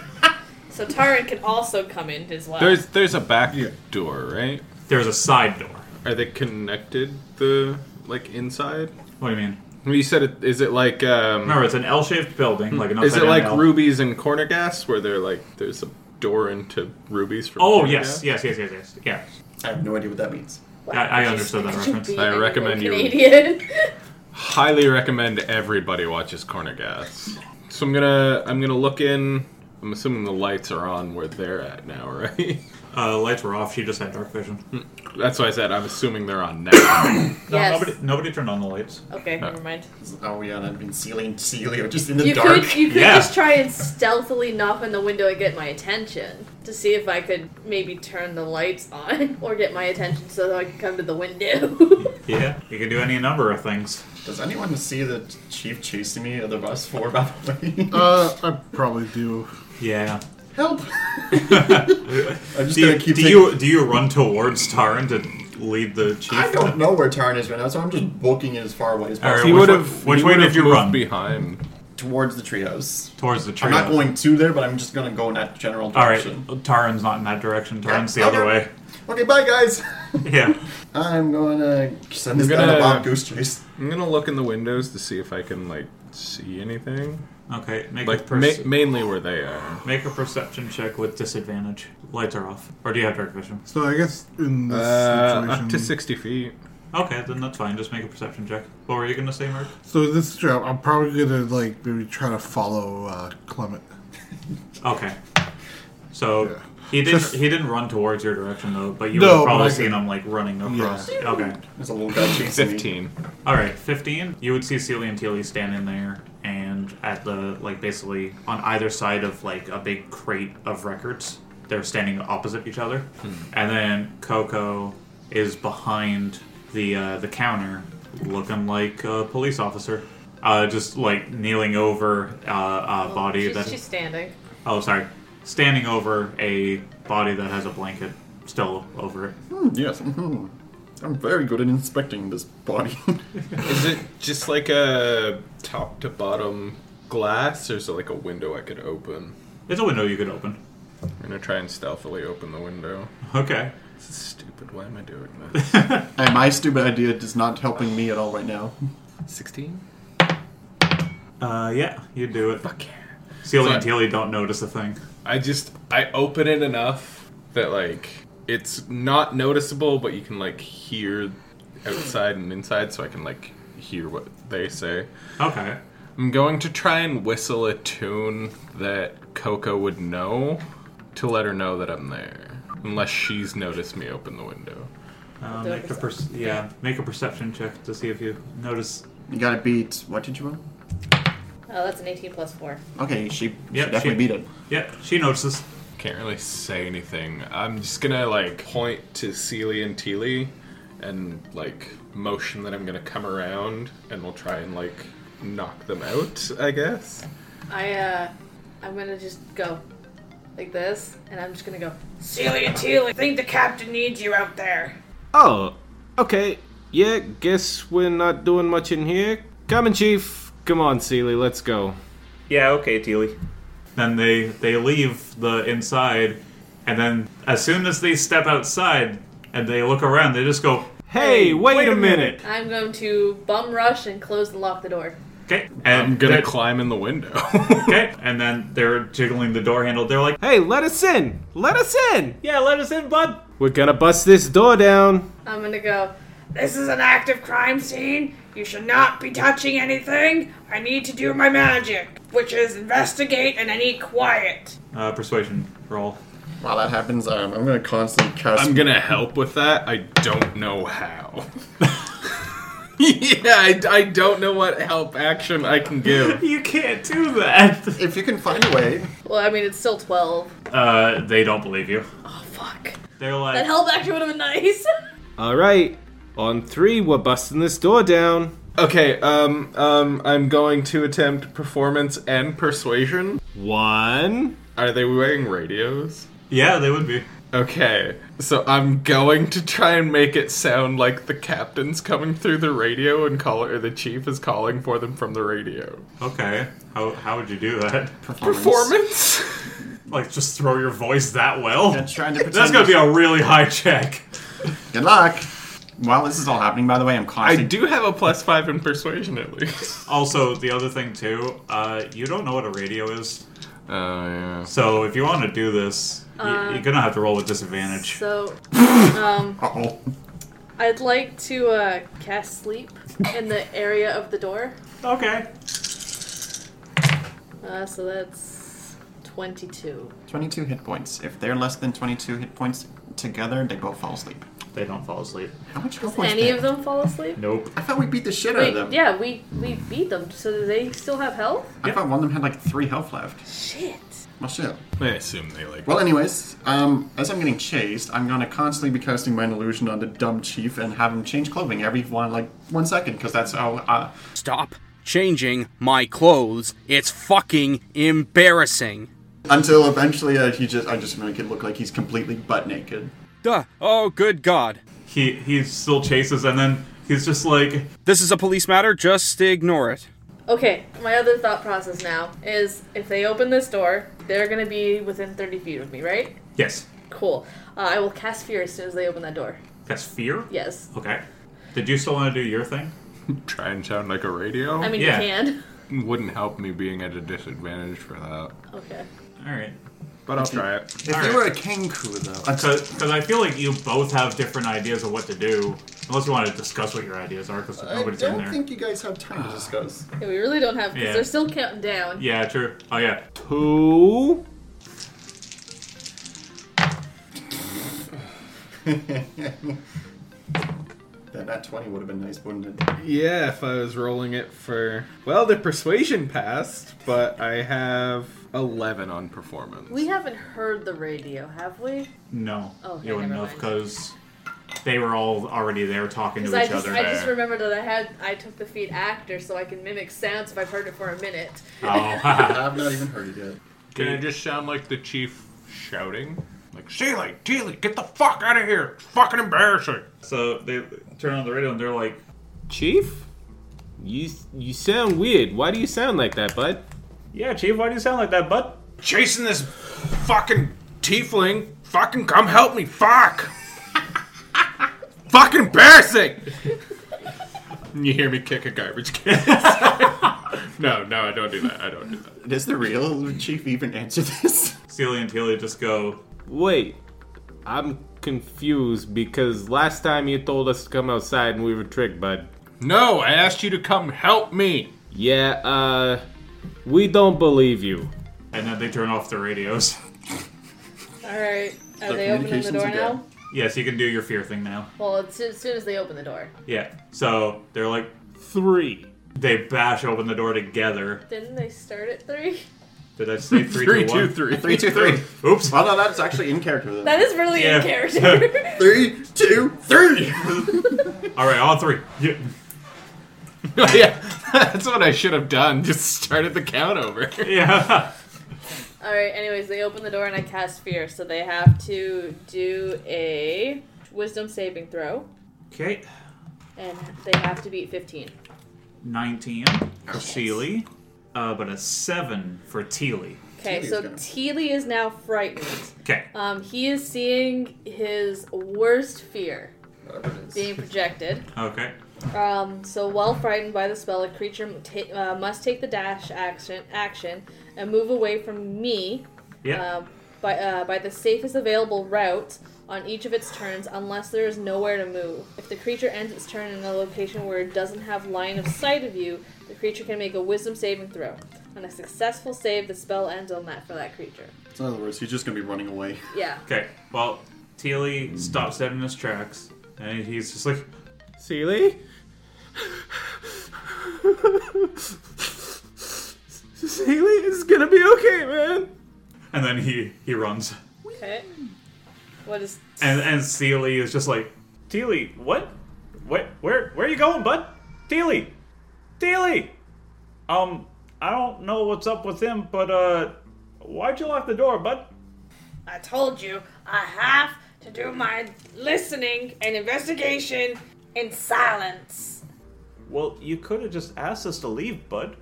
Speaker 4: So Taran can also come in as well.
Speaker 9: There's there's a back door, right?
Speaker 3: There's a side door.
Speaker 9: Are they connected? The like inside?
Speaker 3: What do you mean?
Speaker 9: Well, you said it. Is it like? Um,
Speaker 3: Remember, it's an L-shaped building, like an
Speaker 9: Is it
Speaker 3: upside-down
Speaker 9: like
Speaker 3: L.
Speaker 9: rubies and corner gas, where they're like there's a door into rubies from?
Speaker 3: Oh
Speaker 9: Corner
Speaker 3: yes,
Speaker 9: Gas?
Speaker 3: yes, yes, yes, yes, yeah.
Speaker 8: I have no idea what that means.
Speaker 3: I, I understood that reference.
Speaker 9: I recommend you.
Speaker 4: Canadian.
Speaker 9: Highly recommend everybody watches corner gas. So I'm gonna I'm gonna look in. I'm assuming the lights are on where they're at now, right?
Speaker 3: Uh, lights were off. She just had dark vision.
Speaker 8: Mm.
Speaker 9: That's why I said I'm assuming they're on now.
Speaker 3: No,
Speaker 4: Yes.
Speaker 3: nobody, nobody turned on the lights.
Speaker 4: Okay, never mind.
Speaker 8: Oh yeah, that'd been Celio, Celio just in the
Speaker 4: You
Speaker 8: dark.
Speaker 4: could you could
Speaker 3: Yeah.
Speaker 4: just try and stealthily knock on the window and get my attention to see if I could maybe turn the lights on or get my attention so that I could come to the window.
Speaker 3: Yeah, you can do any number of things.
Speaker 8: Does anyone see the chief chasing me on the bus for? By the way,
Speaker 2: Uh, I probably do.
Speaker 3: Yeah.
Speaker 8: help. I'm just
Speaker 3: do you,
Speaker 8: gonna keep
Speaker 3: do
Speaker 8: taking-
Speaker 3: you do you run towards Taran to lead the chief?
Speaker 8: I don't know where Tarn is right now, so I'm just booking it as far away as
Speaker 3: All right,
Speaker 8: possible.
Speaker 3: He which would've- way- which he way would've did you moved run?
Speaker 9: behind?
Speaker 8: Towards the treehouse.
Speaker 3: Towards the
Speaker 8: I'm not
Speaker 3: treehouse.
Speaker 8: going to there, but I'm just gonna go in that general
Speaker 3: All right,
Speaker 8: direction.
Speaker 3: Taran's not in that direction. Taran's the
Speaker 8: Yeah,
Speaker 3: other way.
Speaker 8: okay. Okay, bye guys.
Speaker 3: Yeah.
Speaker 8: I'm gonna send
Speaker 9: I'm
Speaker 8: this guy
Speaker 9: gonna-
Speaker 8: to Bob Goose Chase.
Speaker 9: I'm gonna look in the windows to see if I can like see anything.
Speaker 3: Okay, make a
Speaker 9: Like
Speaker 3: perce-
Speaker 9: ma- mainly where they are.
Speaker 3: Make a perception check with disadvantage. Lights are off. Or do you have dark vision?
Speaker 2: So I guess in this
Speaker 9: Uh,
Speaker 2: situation,
Speaker 9: up to sixty feet.
Speaker 3: Okay, then that's fine. Just make a perception check. What were you gonna say, Mark?
Speaker 2: so in this job, I'm probably gonna like maybe try to follow uh, Clement.
Speaker 3: Okay. So he didn't he didn't run towards your direction though, but you
Speaker 2: No, but
Speaker 3: would have
Speaker 2: I
Speaker 3: probably
Speaker 2: could-
Speaker 3: seen him like running across.
Speaker 2: Yeah.
Speaker 3: Okay.
Speaker 8: There's a little guy chasing me.
Speaker 9: Fifteen.
Speaker 3: All right, fifteen. You would see Celia and Teely standing there, and at the like basically on either side of like a big crate of records, they're standing opposite each other, and then Coco is behind the uh, the counter, looking like a police officer, uh, just like kneeling over uh, a body
Speaker 4: she's,
Speaker 3: that
Speaker 4: she's standing.
Speaker 3: oh sorry, standing over a body that has a blanket still over it.
Speaker 8: Hmm, yes. mhm. I'm very good at inspecting this body.
Speaker 9: Is it just like a top to bottom glass, or is it like a window I could open?
Speaker 3: There's a window you could open.
Speaker 9: I'm gonna try and stealthily open the window.
Speaker 3: Okay.
Speaker 9: This is stupid. Why am I doing this?
Speaker 8: and my stupid idea is not helping me at all right now.
Speaker 9: Sixteen.
Speaker 3: Uh, yeah, you do it. Fuck yeah. Celia
Speaker 9: So-
Speaker 3: and Teely don't notice a thing.
Speaker 9: I just I open it enough that like it's not noticeable, but you can like hear outside and inside, so I can like hear what they say.
Speaker 3: Okay.
Speaker 9: I'm going to try and whistle a tune that Coco would know to let her know that I'm there, unless she's noticed me open the window.
Speaker 3: Uh,
Speaker 4: Do it
Speaker 3: make a per- yeah, make a perception check to see if you notice.
Speaker 8: You gotta beat. What did you want?
Speaker 4: Oh, that's an 18 plus 4.
Speaker 8: Okay, she,
Speaker 3: Yep,
Speaker 8: she definitely
Speaker 3: she-
Speaker 8: beat it.
Speaker 3: Yep, she notices.
Speaker 9: Can't really say anything. I'm just gonna like point to Celie and Teely and like motion that I'm gonna come around and we'll try and like knock them out, I guess.
Speaker 4: I uh, I'm gonna just go like this, and I'm just gonna go.
Speaker 12: Celia Teal, I think the captain needs you out there.
Speaker 13: Oh, okay. Yeah, guess we're not doing much in here. Come on, Chief. Come on, Seely, let's go.
Speaker 1: Yeah, okay, Teely.
Speaker 3: Then they they leave the inside, and then as soon as they step outside and they look around, they just go,
Speaker 13: "Hey, wait, a minute!"
Speaker 4: I'm going to bum rush and close and lock the door.
Speaker 3: Okay, and
Speaker 9: I'm gonna
Speaker 3: they're-
Speaker 9: climb in the window.
Speaker 3: okay, and then they're jiggling the door handle. They're like,
Speaker 13: "Hey, let us in! Let us in!
Speaker 1: Yeah, let us in, bud!
Speaker 13: We're gonna bust this door down.
Speaker 4: I'm gonna go.
Speaker 12: This is an active crime scene. You should not be touching anything. I need to do my magic, which is investigate and I need quiet.
Speaker 3: Uh, persuasion roll.
Speaker 8: While that happens, um, I'm gonna constantly cast.
Speaker 9: I'm gonna help with that. I don't know how. yeah, I, I don't know what help action I can give.
Speaker 3: you can't do that.
Speaker 8: If you can find a way.
Speaker 4: Well, I mean, it's still 12.
Speaker 3: Uh, they don't believe you. They're like,
Speaker 4: That help actually would have been nice.
Speaker 13: All right, on three, we're busting this door down.
Speaker 9: Okay, um, um, I'm going to attempt performance and persuasion.
Speaker 13: One.
Speaker 9: Are they wearing radios?
Speaker 3: Yeah, they would be.
Speaker 9: Okay, so I'm going to try and make it sound like the captain's coming through the radio and call or the chief is calling for them from the radio.
Speaker 3: okay, how, how would you do that?
Speaker 9: Performance.
Speaker 3: like, just throw your voice that well?
Speaker 8: That's trying to
Speaker 3: That's
Speaker 8: pretend-
Speaker 3: gonna be a really high check.
Speaker 8: Good luck. While this is all happening, by the way, I'm
Speaker 9: I
Speaker 8: constantly.
Speaker 9: do have a plus five in persuasion at least.
Speaker 3: Also, the other thing too, uh, you don't know what a radio is.
Speaker 9: Oh yeah.
Speaker 3: So if you want to do this, y-
Speaker 4: Uh,
Speaker 3: you're gonna have to roll with disadvantage.
Speaker 4: So, um,
Speaker 8: Uh-oh.
Speaker 4: I'd like to uh, cast sleep in the area of the door.
Speaker 3: Okay.
Speaker 4: Uh, so that's 22.
Speaker 8: 22 hit points. If they're less than 22 hit points together, they both fall asleep.
Speaker 3: They don't fall asleep.
Speaker 8: How much hit
Speaker 4: Does
Speaker 8: points?
Speaker 4: any
Speaker 8: they-
Speaker 4: of them fall asleep?
Speaker 3: Nope.
Speaker 8: I thought we beat the shit out
Speaker 4: Wait,
Speaker 8: of them.
Speaker 4: yeah, we, we beat them. So do they still have health?
Speaker 8: I thought one of them had like three health left.
Speaker 4: Shit.
Speaker 8: Well, shit.
Speaker 9: I assume they like.
Speaker 8: Well, anyways, um, as I'm getting chased, I'm gonna constantly be casting my illusion on the dumb chief and have him change clothing every one like one second, because that's how. Uh,
Speaker 11: Stop changing my clothes. It's fucking embarrassing.
Speaker 8: until eventually, uh, he just I just make it look like he's completely butt naked.
Speaker 11: Duh. Oh, good God.
Speaker 3: He he still chases, and then he's just like,
Speaker 11: "This is a police matter. Just ignore it."
Speaker 4: Okay, my other thought process now is if they open this door, they're gonna be within 30 feet of me, right?
Speaker 3: Yes.
Speaker 4: Cool. Uh, I will cast fear as soon as they open that door.
Speaker 3: That's fear?
Speaker 4: Yes.
Speaker 3: Okay. Did you still want to do your thing?
Speaker 9: Try and sound like a radio.
Speaker 4: I mean, you can.
Speaker 9: can. Wouldn't help me being at a disadvantage for that.
Speaker 4: Okay.
Speaker 3: All right.
Speaker 9: But I'll try it.
Speaker 8: If you were a kangaroo, though,
Speaker 3: Because I feel like you both have different ideas of what to do. Unless you want to discuss what your ideas are, because nobody's in there.
Speaker 8: you guys have time to discuss.
Speaker 4: Yeah, we really don't have because
Speaker 3: Yeah.
Speaker 4: they're still counting down.
Speaker 3: Yeah, true. Oh, yeah.
Speaker 13: Two.
Speaker 8: That that twenty would have been nice, wouldn't it?
Speaker 9: Yeah, if I was rolling it for well, the persuasion passed, but I have eleven on performance.
Speaker 4: We haven't heard the radio, have we?
Speaker 3: No.
Speaker 4: Oh, Okay,
Speaker 3: you wouldn't
Speaker 4: never
Speaker 3: know
Speaker 4: mind.
Speaker 3: because they were all already there talking to
Speaker 4: Because
Speaker 3: each
Speaker 4: I just
Speaker 3: other. Oh.
Speaker 4: I just remember that I had I took the feat actor so I can mimic sounds if I've heard it for a minute.
Speaker 8: I've not even heard it yet.
Speaker 9: Can I just sound like the chief shouting? Like, Sheely, Teely, get the fuck out of here! It's fucking embarrassing!
Speaker 3: So they turn on the radio and they're like,
Speaker 13: Chief, you you sound weird. Why do you sound like that, bud?
Speaker 1: Yeah, Chief, why do you sound like that, bud?
Speaker 9: Chasing this fucking tiefling! Fucking come help me! Fuck! fucking embarrassing! And you hear me kick a garbage can. no, Oh, no, I don't do that. I don't do that.
Speaker 8: Does the real chief even answer this?
Speaker 3: Celia and Telia just go,
Speaker 13: Wait, I'm confused because last time you told us to come outside and we were tricked, bud.
Speaker 9: No, I asked you to come help me.
Speaker 13: Yeah, uh, we don't believe you.
Speaker 3: and then they turn off the radios.
Speaker 4: All right. Are
Speaker 3: So
Speaker 4: they opening the
Speaker 3: communications
Speaker 4: door
Speaker 3: are
Speaker 4: now?
Speaker 3: Yes, you can do your fear thing now.
Speaker 4: Well, it's as soon as they open the door.
Speaker 3: Yeah. So they're like
Speaker 13: three.
Speaker 3: They bash open the door together.
Speaker 4: Didn't they start at three?
Speaker 3: Did I say three, two, one?
Speaker 8: Three, two, three.
Speaker 3: Oops.
Speaker 8: Well, no, that's actually in character. Then.
Speaker 4: That is really in character.
Speaker 8: three, two, three.
Speaker 3: All right, all three. Yeah.
Speaker 9: Oh, yeah, that's what I should have done. Just started the count over.
Speaker 3: Yeah.
Speaker 4: All right. Anyways, they open the door and I cast fear, so they have to do a wisdom saving throw,
Speaker 3: Okay.
Speaker 4: and they have to beat fifteen.
Speaker 3: 19 for Sheely, uh, but a 7 for Teely.
Speaker 4: Okay, so Teely is now frightened.
Speaker 3: Okay.
Speaker 4: Um, he is seeing his worst fear being projected.
Speaker 3: Okay.
Speaker 4: Um, so while frightened by the spell, a creature m- ta- uh, must take the dash action action and move away from me
Speaker 5: Yeah.
Speaker 4: uh, by uh, by the safest available route on each of its turns, unless there is nowhere to move. If the creature ends its turn in a location where it doesn't have line of sight of you, the creature can make a Wisdom saving throw. On a successful save, the spell ends on that for that creature.
Speaker 8: So in other words, he's just gonna be running away.
Speaker 4: Yeah.
Speaker 3: Okay. Well, Teely stops dead in his tracks, and he's just like,
Speaker 13: Seely? Seely is gonna be okay, man.
Speaker 3: and then he he runs,
Speaker 4: Okay. What is?
Speaker 3: and and Seely is just like, Teely, what, what, where, where are you going, bud? Teely, Teely, um, I don't know what's up with him, but uh, why'd you lock the door, bud?
Speaker 12: I told you I have to do my listening and investigation in silence.
Speaker 1: Well, you could have just asked us to leave, bud.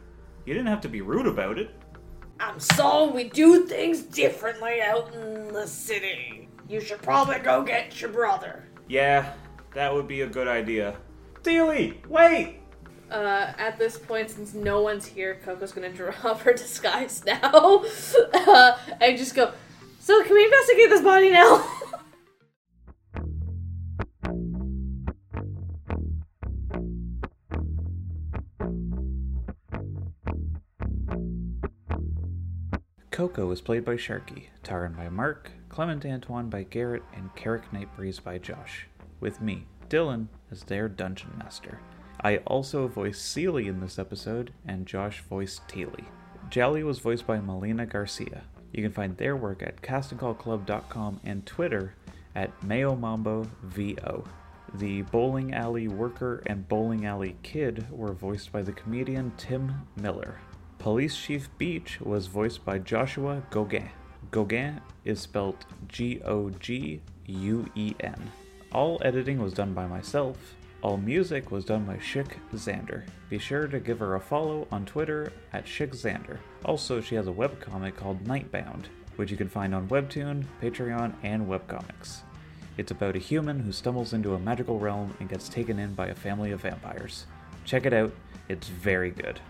Speaker 1: You didn't have to be rude about it.
Speaker 12: I'm sorry we do things differently out in the city. You should probably go get your brother.
Speaker 1: Yeah, that would be a good idea.
Speaker 3: Steely, wait!
Speaker 4: Uh, at this point, since no one's here, Coco's gonna drop her disguise now uh, and just go. So, can we investigate this body now?
Speaker 14: Coco is played by Sharky, Taran by Mark, Clement Antoine by Garrett, and Carrick Nightbreeze by Josh. With me, Dylan, as their dungeon master. I also voiced Seely in this episode, and Josh voiced Teely. Jolly was voiced by Melina Garcia. You can find their work at castingcallclub.com and Twitter at MayoMamboVO. The bowling alley worker and bowling alley kid were voiced by the comedian Tim Miller. Police Chief Beach was voiced by Joshua Gauguin. Gauguin is spelled G O G U E N. All editing was done by myself. All music was done by Shik Xander. Be sure to give her a follow on Twitter at Shik Xander. Also, she has a webcomic called Nightbound, which you can find on Webtoon, Patreon, and Webcomics. It's about a human who stumbles into a magical realm and gets taken in by a family of vampires. Check it out, it's very good.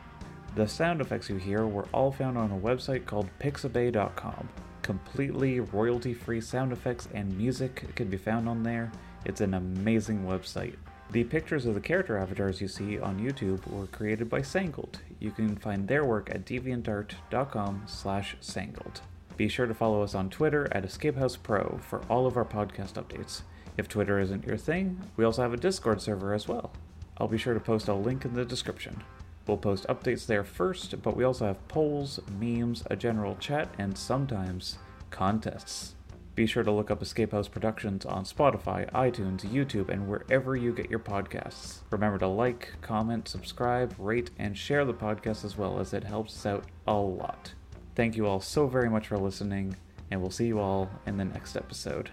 Speaker 14: The sound effects you hear were all found on a website called pixabay.com. Completely royalty free sound effects and music can be found on there. It's an amazing website. The pictures of the character avatars you see on YouTube were created by Sangled. You can find their work at deviantart.com slash sangled. Be sure to follow us on Twitter at Escape House Pro for all of our podcast updates. If Twitter isn't your thing, we also have a Discord server as well. I'll be sure to post a link in the description. We'll post updates there first, but we also have polls, memes, a general chat, and sometimes contests. Be sure to look up Escape House Productions on Spotify, iTunes, YouTube, and wherever you get your podcasts. Remember to like, comment, subscribe, rate, and share the podcast as well, as it helps us out a lot. Thank you all so very much for listening, and we'll see you all in the next episode.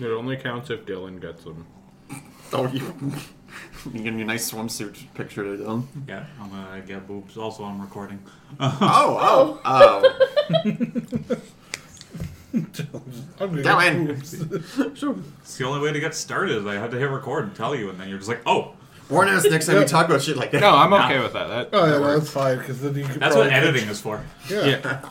Speaker 9: It only counts if Dylan gets them.
Speaker 8: Oh, you, you give me a nice swimsuit picture to them.
Speaker 3: Yeah, I'm gonna get boobs. Also, I'm recording.
Speaker 8: Oh, oh, oh.
Speaker 2: I'm
Speaker 3: Dylan. it's the only way to get started. is I had to hit record and tell you, and then you're just like, oh.
Speaker 8: Warn us next time we talk about shit like that.
Speaker 9: No, Oh, I'm
Speaker 3: Nah.
Speaker 9: okay with that. That
Speaker 2: Oh yeah, that's fine because then you can.
Speaker 3: That's what
Speaker 2: probably-
Speaker 3: editing is for.
Speaker 2: Yeah.
Speaker 9: Yeah.